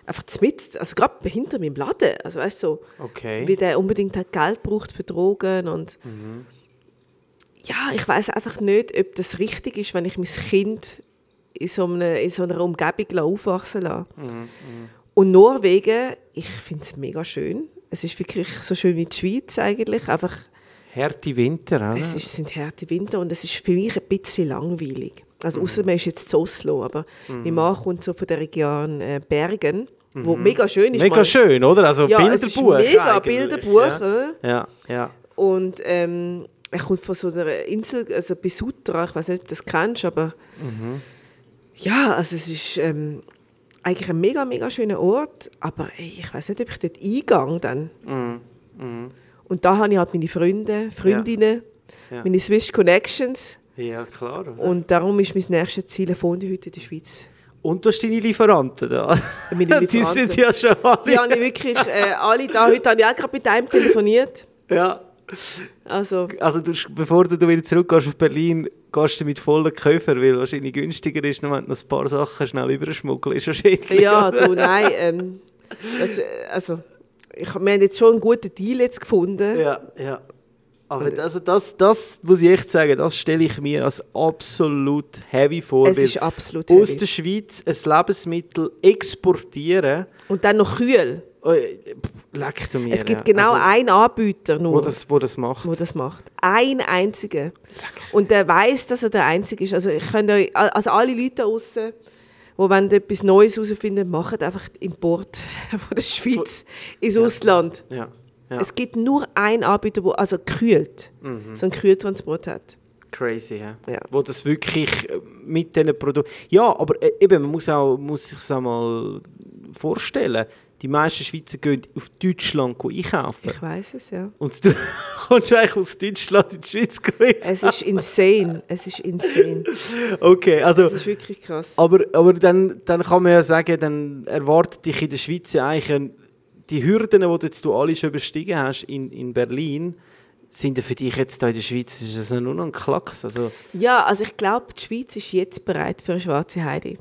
Einfach mit, also gerade hinter meinem Laden. Also weißt du, so, Okay. Mhm. wie der unbedingt hat Geld braucht für Drogen und ja, ich weiß einfach nicht, ob das richtig ist, wenn ich mein Kind in so einer, in so einer Umgebung la- aufwachsen lasse. Mhm, Und Norwegen, ich finde es mega schön. Es ist wirklich so schön wie die Schweiz eigentlich. Einfach, Härte Winter, es, hä? ist, es sind harte Winter und es ist für mich ein bisschen langweilig. Also Mhm. außer man ist jetzt zu Oslo, aber mein Mann kommt so von der Region äh, Bergen, wo mega schön ist. Mhm. Mega mal- schön, oder? Also Ja, Bilderbuch. es ist mega eigentlich, Bilderbuch. äh. Ja, Oder? ja. ja. Und ähm, er kommt von so einer Insel, also bei Sutra, ich weiß nicht, ob du das kennst, aber Mhm. ja, also es ist ähm, eigentlich ein mega, mega schöner Ort, aber ey, ich weiß nicht, ob ich dort eingang dann. Mhm. Und da habe ich halt meine Freunde, Freundinnen, Ja. meine Swiss Connections Ja, klar. Oder? Und, und darum ist mein nächstes Ziel eine Fondue-Hütte in der Schweiz. du hast deine Lieferanten da. Die Meine Lieferanten. sind ja schon alle. Die habe ich wirklich äh, alle da. Heute habe ich auch gerade mit einem telefoniert. ja. Also, also du, bevor du wieder zurückgehst auf Berlin, gehst du mit vollen Koffer, weil wahrscheinlich günstiger ist, noch wenn du noch ein paar Sachen schnell überschmuggelst. wahrscheinlich. Ja, du, nein. Ähm, das, äh, also, ich, wir haben jetzt schon einen guten Deal jetzt gefunden, Ja, ja. Aber also das, das muss ich echt sagen, das stelle ich mir als absolut heavy vor. Es weil ist absolut aus heavy. der Schweiz ein Lebensmittel exportieren, Und dann noch kühl. äh, pff, leckt mir. Es gibt genau also, einen Anbieter nur, wo das, wo das macht. wo das macht. Ein einziger. Und der weiß, dass er der Einzige ist. Also ich könnte euch, also alle Leute da draussen, wo wenn ihr etwas Neues herausfinden, macht einfach den Import von der Schweiz ins Ausland. ja, ja. Mhm. Es gibt nur einen Anbieter, der also kühlt, so einen Kühltransport hat. Crazy, ja. Ja. Wo das wirklich äh, mit diesen Produkten. Ja, aber äh, eben, man muss, auch, muss sich das auch mal vorstellen. Die meisten Schweizer gehen auf Deutschland go einkaufen. Ich weiß es, ja. Und du kommst eigentlich aus Deutschland in die Schweiz. gehen. Es ist insane. Es ist insane. Okay, also. Es ist wirklich krass. Aber, aber dann, dann kann man ja sagen, dann erwartet dich in der Schweiz ja eigentlich ein, die Hürden, die du jetzt du alle schon überstiegen hast in, in Berlin, sind ja für dich jetzt da in der Schweiz ist das ja nur noch ein Klacks. Also, Ja, also ich glaube, die Schweiz ist jetzt bereit für eine schwarze Heide.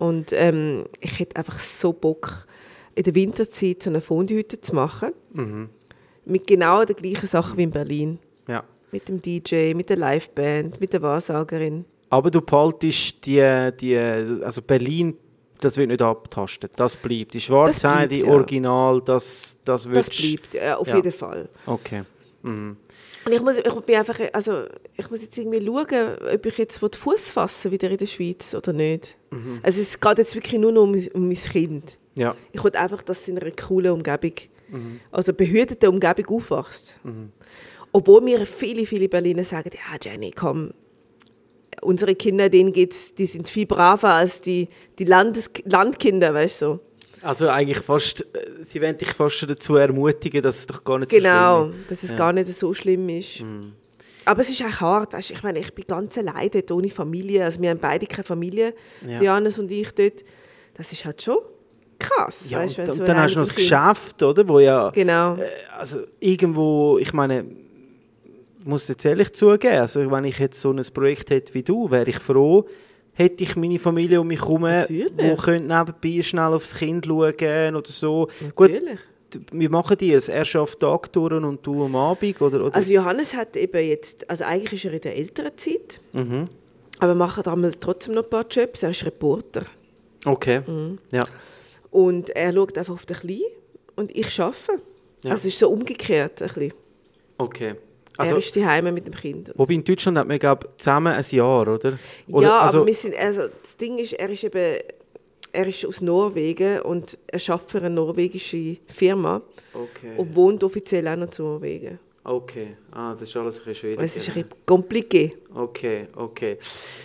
Und ähm, ich hätte einfach so Bock, in der Winterzeit so eine Fondue-Hütte zu machen. Mit genau der gleichen Sache wie in Berlin. ja. Mit dem DJ, mit der Liveband, mit der Wahrsagerin. Aber du behaltest die, die, also Berlin, das wird nicht abgetastet, das bleibt. Die Schwarzheide, bleibt, ja. Original, das, das Das wird. bleibt, äh, auf Ja. jeden Fall. Okay. Mhm. Und ich muss, ich bin einfach, also ich muss jetzt irgendwie schauen, ob ich jetzt Fuß fassen will, wieder in der Schweiz oder nicht. Also es geht jetzt wirklich nur noch um, um mein Kind. Ja, Ich wollte einfach, dass du in einer coolen Umgebung, Mhm. also behüteten Umgebung aufwachst. Obwohl mir viele, viele Berliner sagen, ja Jenny, komm, unsere Kinder, denen geht's, die sind viel braver als die, die Landes Landkinder, weißt du. So. also eigentlich fast, äh, sie wollen dich fast schon dazu ermutigen, dass es doch gar nicht so Genau, schlimm ist. dass es Ja. Mhm. gar nicht so schlimm ist. Aber es ist auch hart, weißt? du, ich meine, ich bin ganz allein dort, ohne Familie, also wir haben beide keine Familie, Ja. Dianes und ich dort. Das ist halt schon krass, Ja, weißt, und, wenn und so dann hast du noch das Geschäft, oder? Wo ja, Genau. äh, also irgendwo, ich meine, ich muss jetzt ehrlich zugeben, also wenn ich jetzt so ein Projekt hätte wie du, wäre ich froh, hätte ich meine Familie um mich herum, Natürlich. wo könnte nebenbei schnell aufs Kind schauen oder so. Gut, Natürlich. d- wir machen die es. Er schafft Tagtouren und du am Abend, oder? oder Also Johannes hat eben jetzt, also eigentlich ist er in der älteren Zeit, mhm. aber macht einmal trotzdem noch ein paar Jobs. Er ist Reporter Okay, mhm. ja. und er schaut einfach auf den Kleinen und ich schaffe. Ja. Also es ist so umgekehrt ein bisschen. Okay. er Also, ist daheim mit dem Kind. wobei in Deutschland hat man, glaube ich, zusammen ein Jahr, oder? oder ja, also, aber wir sind, also das Ding ist, er ist eben, er ist aus Norwegen und er arbeitet für eine norwegische Firma Okay, und wohnt offiziell auch noch zu Norwegen. okay. Ah, das ist alles ein bisschen schwierig. Es ist ein bisschen kompliziert. Okay, okay.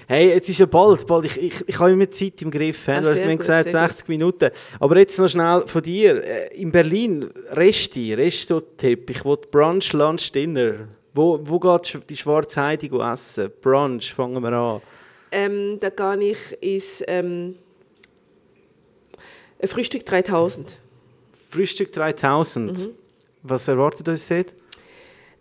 Hey, jetzt ist ja bald, bald. Ich, ich, ich habe immer Zeit im Griff. hä? Ah, Du hast sehr mir gut, gesagt, sehr gut. 60 Minuten. Aber jetzt noch schnell von dir. Äh, In Berlin, Resti, Resto-Tipp. Ich will Brunch, Lunch, Dinner. Wo, wo geht sch- die schwarze Heidi go essen? Brunch, fangen wir an. Ähm, da gehe ich ins ähm, ein Frühstück 3000. Frühstück 3000. Mhm. Was erwartet uns dort?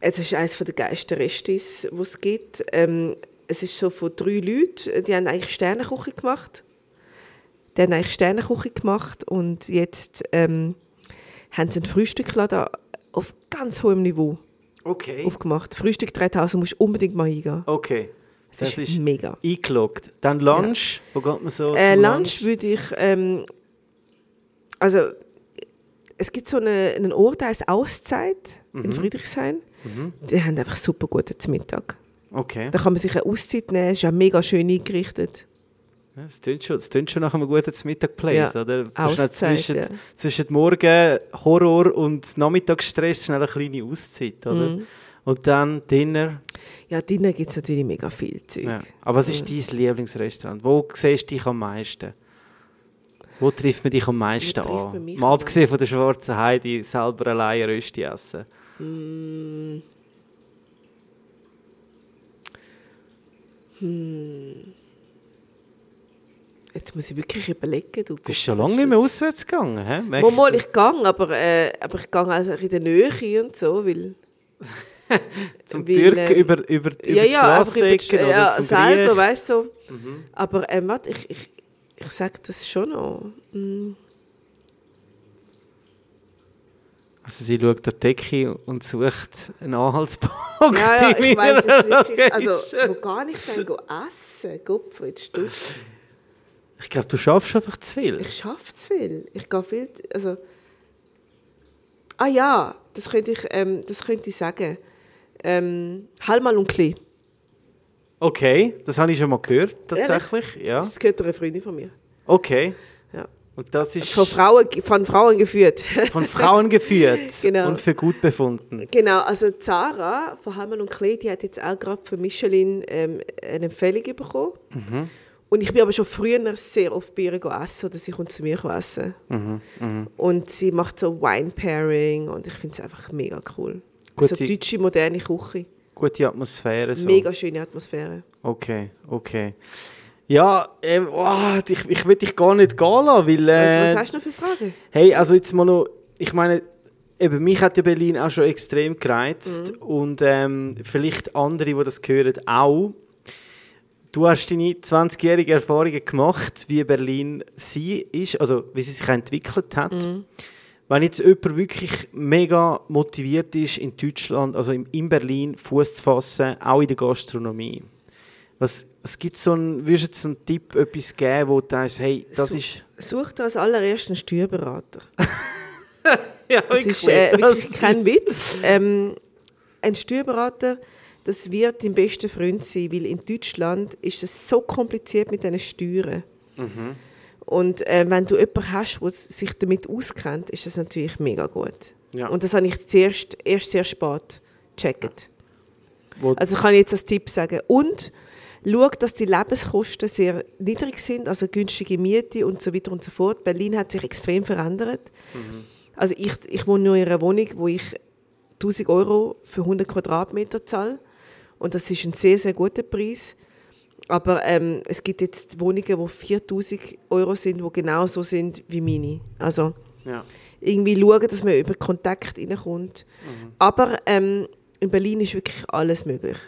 Es ist eines der geilsten Restis, die es gibt. Ähm, es ist so von drei Leuten, die haben eigentlich Sternenkuchen gemacht. Die haben eigentlich Sternenkuchen gemacht und jetzt ähm, haben sie einen Frühstückladen auf ganz hohem Niveau Okay. aufgemacht. Frühstück 3000 musst du unbedingt mal hingehen. Okay. Es ist, mega. eingeloggt. Dann Lunch. Wo geht man so Äh, zum Lunch würde ich, ähm, also es gibt so eine, einen Ort, der heißt Auszeit Mhm. in Friedrichshain. Die haben einfach super guten Mittag. Okay. Da kann man sich eine Auszeit nehmen, es ist auch mega schön eingerichtet. Ja, Es tönt schon, es tönt schon nach einem guten Mittagplace, Ja, oder? Auszeit, Schnell zwischen, ja. zwischen Morgen Horror und Nachmittagsstress schnell eine kleine Auszeit, oder? Mhm. Und dann Dinner. Ja, Dinner gibt es natürlich mega viel Zeug. Ja. Aber was ist dein Lieblingsrestaurant? Wo siehst du dich am meisten? Wo trifft man dich am meisten trifft man an? mich Mal am abgesehen von der schwarzen Heidi, selber alleine Rösti essen. Hm. Jetzt muss ich wirklich überlegen. Du Du bist schon lange nicht mehr auswärts gegangen, hä? Merkst Mal, mal, du? ich gehe, aber, äh, aber ich gehe also in der Nähe und so, weil... Zum weil, Türken ähm, über, über, über ja, die ja, einfach Straße über die Sch- oder ja, zum Mhm. selber, Griech. weißt du. Aber ähm, warte, ich, ich, ich Mhm. sage das schon noch. Mm. Also sie schaut der Decke und sucht einen Anhaltspunkt. Ja, ja, in ich meiner weiß es wirklich. Also, Location. wo gar nicht dann go essen, Gottfried, Stuff. ich glaube, du schaffst einfach zu viel. Ich schaffe zu viel. Ich gehe viel, also... Ah ja, das könnte ich, ähm, das könnte ich sagen. Ähm, Halmal und Klee. Okay, das habe ich schon mal gehört, tatsächlich. Ja. Das gehört einer Freundin von mir. Okay. Ja. Und das ist Von Frauen, von Frauen geführt. von Frauen geführt Genau. und für gut befunden. Genau, also Zara von Heimann und Klee, die hat jetzt auch gerade für Michelin ähm, eine Empfehlung bekommen. Mhm. Und ich bin aber schon früher sehr oft bei ihr gegangen essen oder sie kommt zu mir gegangen essen. Und sie macht so Wine Pairing und ich finde es einfach mega cool. Gut, also die- deutsche moderne Küche, Gute Atmosphäre. So. mega schöne Atmosphäre. Okay, okay. Ja, ähm, oh, ich, ich will dich gar nicht gehen lassen, weil... Äh, Also, was hast du noch für Fragen? Hey, also jetzt mal noch, ich meine, eben mich hat ja Berlin auch schon extrem gereizt und ähm, vielleicht andere, die das hören, auch. Du hast deine 20-jährige Erfahrungen gemacht, wie Berlin sie ist, also wie sie sich entwickelt hat. Wenn jetzt jemand wirklich mega motiviert ist, in Deutschland, also im- in Berlin Fuß zu fassen, auch in der Gastronomie, was, was gibt so ein, würdest du jetzt einen Tipp, etwas geben, wo du denkst, hey, das So- ist... Such dir als allerersten Steuerberater. Ja, Es ist äh, wirklich kein Witz. Ähm, ein Steuerberater, das wird dein bester Freund sein, weil in Deutschland ist es so kompliziert mit diesen Steuern. Und äh, wenn du jemanden hast, der sich damit auskennt, ist das natürlich mega gut. Ja. Und das habe ich zuerst, erst sehr spät gecheckt. Wo- Also kann ich jetzt als Tipp sagen. Und schau, dass die Lebenskosten sehr niedrig sind, also günstige Miete und so weiter und so fort. Berlin hat sich extrem verändert. Mhm. Also ich, ich wohne nur in einer Wohnung, wo ich 1000 Euro für 100 Quadratmeter zahle. Und das ist ein sehr, sehr guter Preis. Aber ähm, es gibt jetzt Wohnungen, wo 4000 Euro sind, wo genau so sind wie meine. Also Ja. irgendwie schauen, dass man über Kontakt reinkommt. Mhm. Aber ähm, in Berlin ist wirklich alles möglich.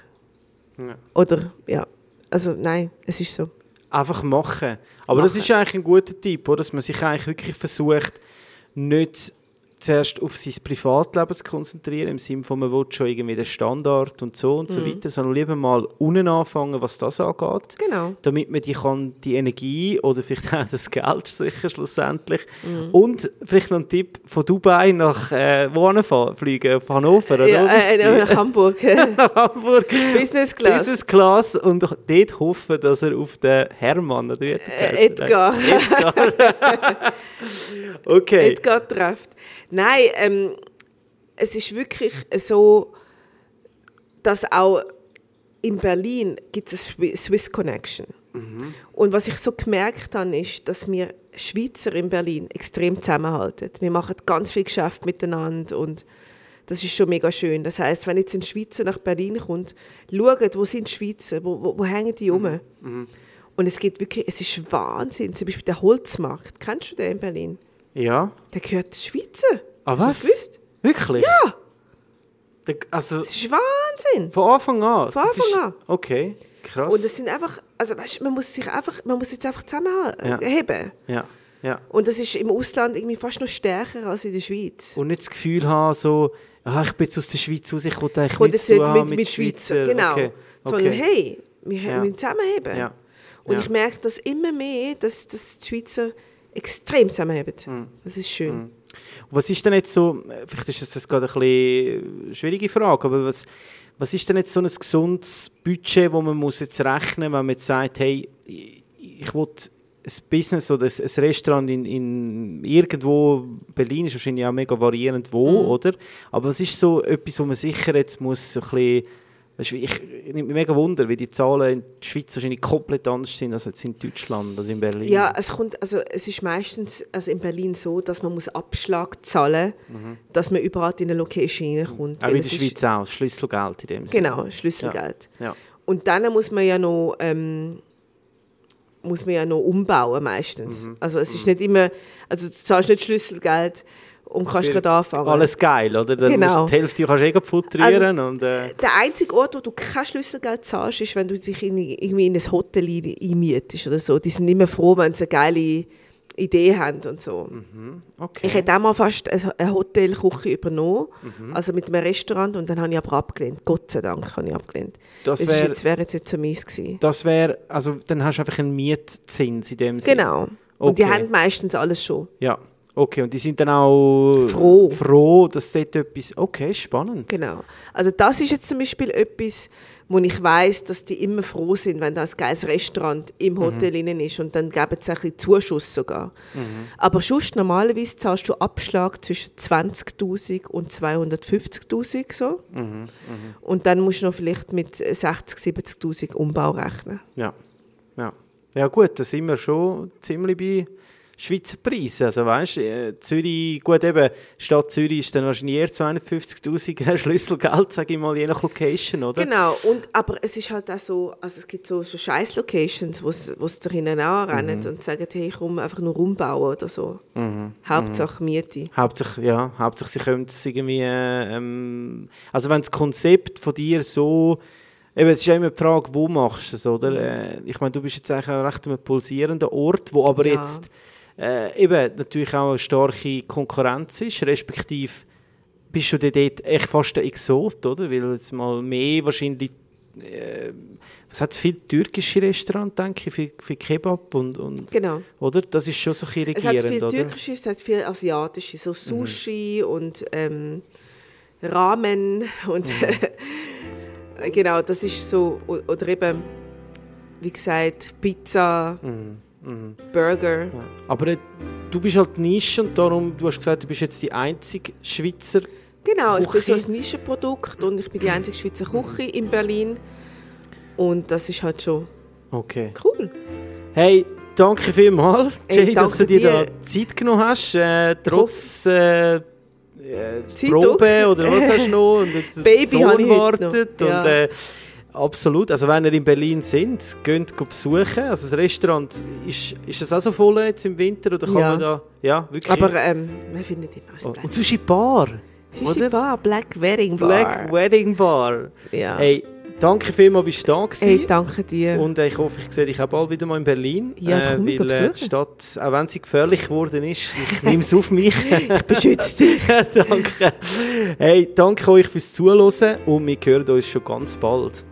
Ja. Oder, ja. Also nein, es ist so. Einfach machen. Aber das Machen. ist eigentlich ein guter Tipp, oder? dass man sich eigentlich wirklich versucht, nicht zuerst auf sein Privatleben zu konzentrieren, im Sinne von, man will schon irgendwie den Standard und so Mhm. und so weiter, sondern lieber mal unten anfangen, was das angeht, Genau. damit man die, kann, die Energie oder vielleicht auch das Geld sicher schlussendlich Mhm. und vielleicht noch ein Tipp, von Dubai nach äh, wo hinfahren? fliegen, auf Hannover oder Ja, wo bist äh, du äh, gewesen? nach Hamburg. nach Hamburg. Business Class. Business Class und dort hoffen, dass er auf den Hermann, oder wie hat er Äh, geheißen? Edgar. Okay. Nicht gerade trifft. Nein, ähm, es ist wirklich so, dass auch in Berlin gibt es eine Schwi- Swiss Connection. Und was ich so gemerkt habe, ist, dass wir Schweizer in Berlin extrem zusammenhalten. Wir machen ganz viel Geschäft miteinander und das ist schon mega schön. Das heißt, wenn jetzt ein Schweizer nach Berlin kommt, schaut, wo sind die Schweizer, wo, wo, wo hängen die um? Und es geht wirklich, es ist Wahnsinn. Zum Beispiel der Holzmarkt, kennst du den in Berlin? Ja. Der gehört den Schweizer. Ah, Hast du das was? gewusst? Wirklich? Ja, Da- Also, das ist Wahnsinn. von Anfang an? Von Das ist- Anfang an. Okay, krass. Und das sind einfach, also weißt, man muss sich einfach, man muss jetzt einfach Ja. zusammenheben. ja, ja. Und das ist im Ausland irgendwie fast noch stärker als in der Schweiz. Und nicht das Gefühl haben, so, ah, ich bin jetzt aus der Schweiz raus, ich wollte eigentlich Oder nichts so zu haben mit, Schweizer. Genau. Okay. Sondern okay. hey, wir Ja. müssen zusammenheben. Ja. Und Ja. ich merke das immer mehr, dass, dass die Schweizer extrem zusammenheben. Mhm. Das ist schön. Was ist denn jetzt so, vielleicht ist das jetzt gerade ein bisschen eine schwierige Frage, aber was, was ist denn jetzt so ein gesundes Budget, wo man muss jetzt rechnen wenn man jetzt sagt, hey, ich, ich will ein Business oder ein, ein Restaurant in, in irgendwo, Berlin ist wahrscheinlich auch mega variierend wo, Mhm. oder? Aber was ist so etwas, wo man sicher jetzt muss so ein bisschen, weisst du, ich, ich nehme mich mega Wunder, wie die Zahlen in der Schweiz wahrscheinlich komplett anders sind als jetzt in Deutschland oder in Berlin. Ja, es kommt, also es ist meistens also in Berlin so, dass man muss Abschlag zahlen, dass man überhaupt in eine Location reinkommt. Mhm. auch weil in der es Schweiz auch, das Schlüsselgeld in dem Ist, Sinne. äh, genau, Schlüsselgeld. Ja. Und dann muss man ja noch ähm, muss man ja noch umbauen meistens. Mhm. Also es ist nicht immer, also du zahlst nicht Schlüsselgeld und kannst Für gerade anfangen. Alles geil, oder? Dann Genau. Also, musst du die Hälfte kannst du eh grad futterieren. und, äh, Der einzige Ort, wo du kein Schlüsselgeld zahlst, ist, wenn du dich in, irgendwie in ein Hotel ein- einmietest oder so. Die sind immer froh, wenn sie eine geile Idee haben und so. Mhm. Okay. Ich hätte auch mal fast ein- eine Hotelküche übernommen, Mhm. also mit einem Restaurant, und dann habe ich aber abgelehnt. Gott sei Dank habe ich abgelehnt. Das Das wär- wäre jetzt, wär jetzt nicht so meins gewesen. das wäre, also dann hast du einfach einen Mietzins in dem Sinne. Genau. Und die Okay. haben meistens alles schon. Ja, okay. Und die sind dann auch Froh. froh dass dort etwas. Okay, spannend. Genau. Also das ist jetzt zum Beispiel etwas, wo ich weiß, dass die immer froh sind, wenn da ein geiles Restaurant im Hotel innen ist und dann geben sie ein bisschen Zuschuss sogar. Aber sonst normalerweise zahlst du Abschlag zwischen 20'000 und 250'000 so. Und dann musst du noch vielleicht mit 60'000, 70'000 Umbau rechnen. Ja. ja. Ja, gut, da sind wir schon ziemlich bei Schweizer Preisen. Also, weißt du, Zürich, gut eben, Stadt Zürich ist dann wahrscheinlich eher 250.000 Schlüsselgeld, sage ich mal, je nach Location, oder? Genau, und, aber es ist halt auch so, also es gibt so, so scheiß Locations, wo es da hinten anrennen Mhm. und sagen, hey, komm, einfach nur umbauen oder so. Hauptsache mhm. Miete. Hauptsächlich, ja, hauptsächlich, sie können es irgendwie, äh, ähm, also wenn das Konzept von dir so, eben, es ist ja immer die Frage, wo machst du es, Mhm. oder? Äh, ich meine, du bist jetzt eigentlich an recht einem pulsierenden Ort, wo aber Ja. jetzt äh, eben natürlich auch eine starke Konkurrenz ist, respektive bist du dann dort echt fast ein Exot, oder? Weil jetzt mal mehr wahrscheinlich, äh, was hat viel türkische Restaurant, denke ich, viel, viel Kebab und, und Genau. oder? Das ist schon so ein bisschen Es hat regierend, viel oder? Mhm. Türkisches, es hat viel Asiatisches, so Sushi und ähm, Ramen und Mhm. genau, das ist so, o- oder eben, wie gesagt, Pizza, Mhm, Burger. Ja. Aber äh, du bist halt die Nische und darum, du hast gesagt, du bist jetzt die einzige Schweizer. Genau, ich bin so Küche. ein Nischenprodukt und ich bin die einzige Schweizer Küche in Berlin. Und das ist halt schon Okay. cool. Hey, danke vielmals, Ey, Jay, dass du danke dir, dir. da Zeit genommen hast. Äh, trotz äh, äh, Zeitdruck. Probe oder was hast du noch? Und jetzt der Baby Sohn habe ich heute wartet. noch. Und, Ja. äh, absolut. Also, wenn ihr in Berlin sind, geht besuchen. Also, das Restaurant, ist, ist das auch so voll jetzt im Winter? Oder kann Ja. man da. Ja, wirklich. Aber ähm, man findet immer ein Oh, Black. und du bist in der Bar. Sushi Bar, Black Wedding Bar. Black Wedding Bar. ja. Ey, Hey, danke vielmals, bist du da gewesen. danke dir. Und äh, ich hoffe, ich sehe dich auch bald wieder mal in Berlin. Ja, komm, ich weil äh, besuchen. die Stadt, auch wenn sie gefährlich geworden ist, ich nehme es auf mich. ich beschütze dich. danke. Hey, danke euch fürs Zuhören und wir hören uns schon ganz bald.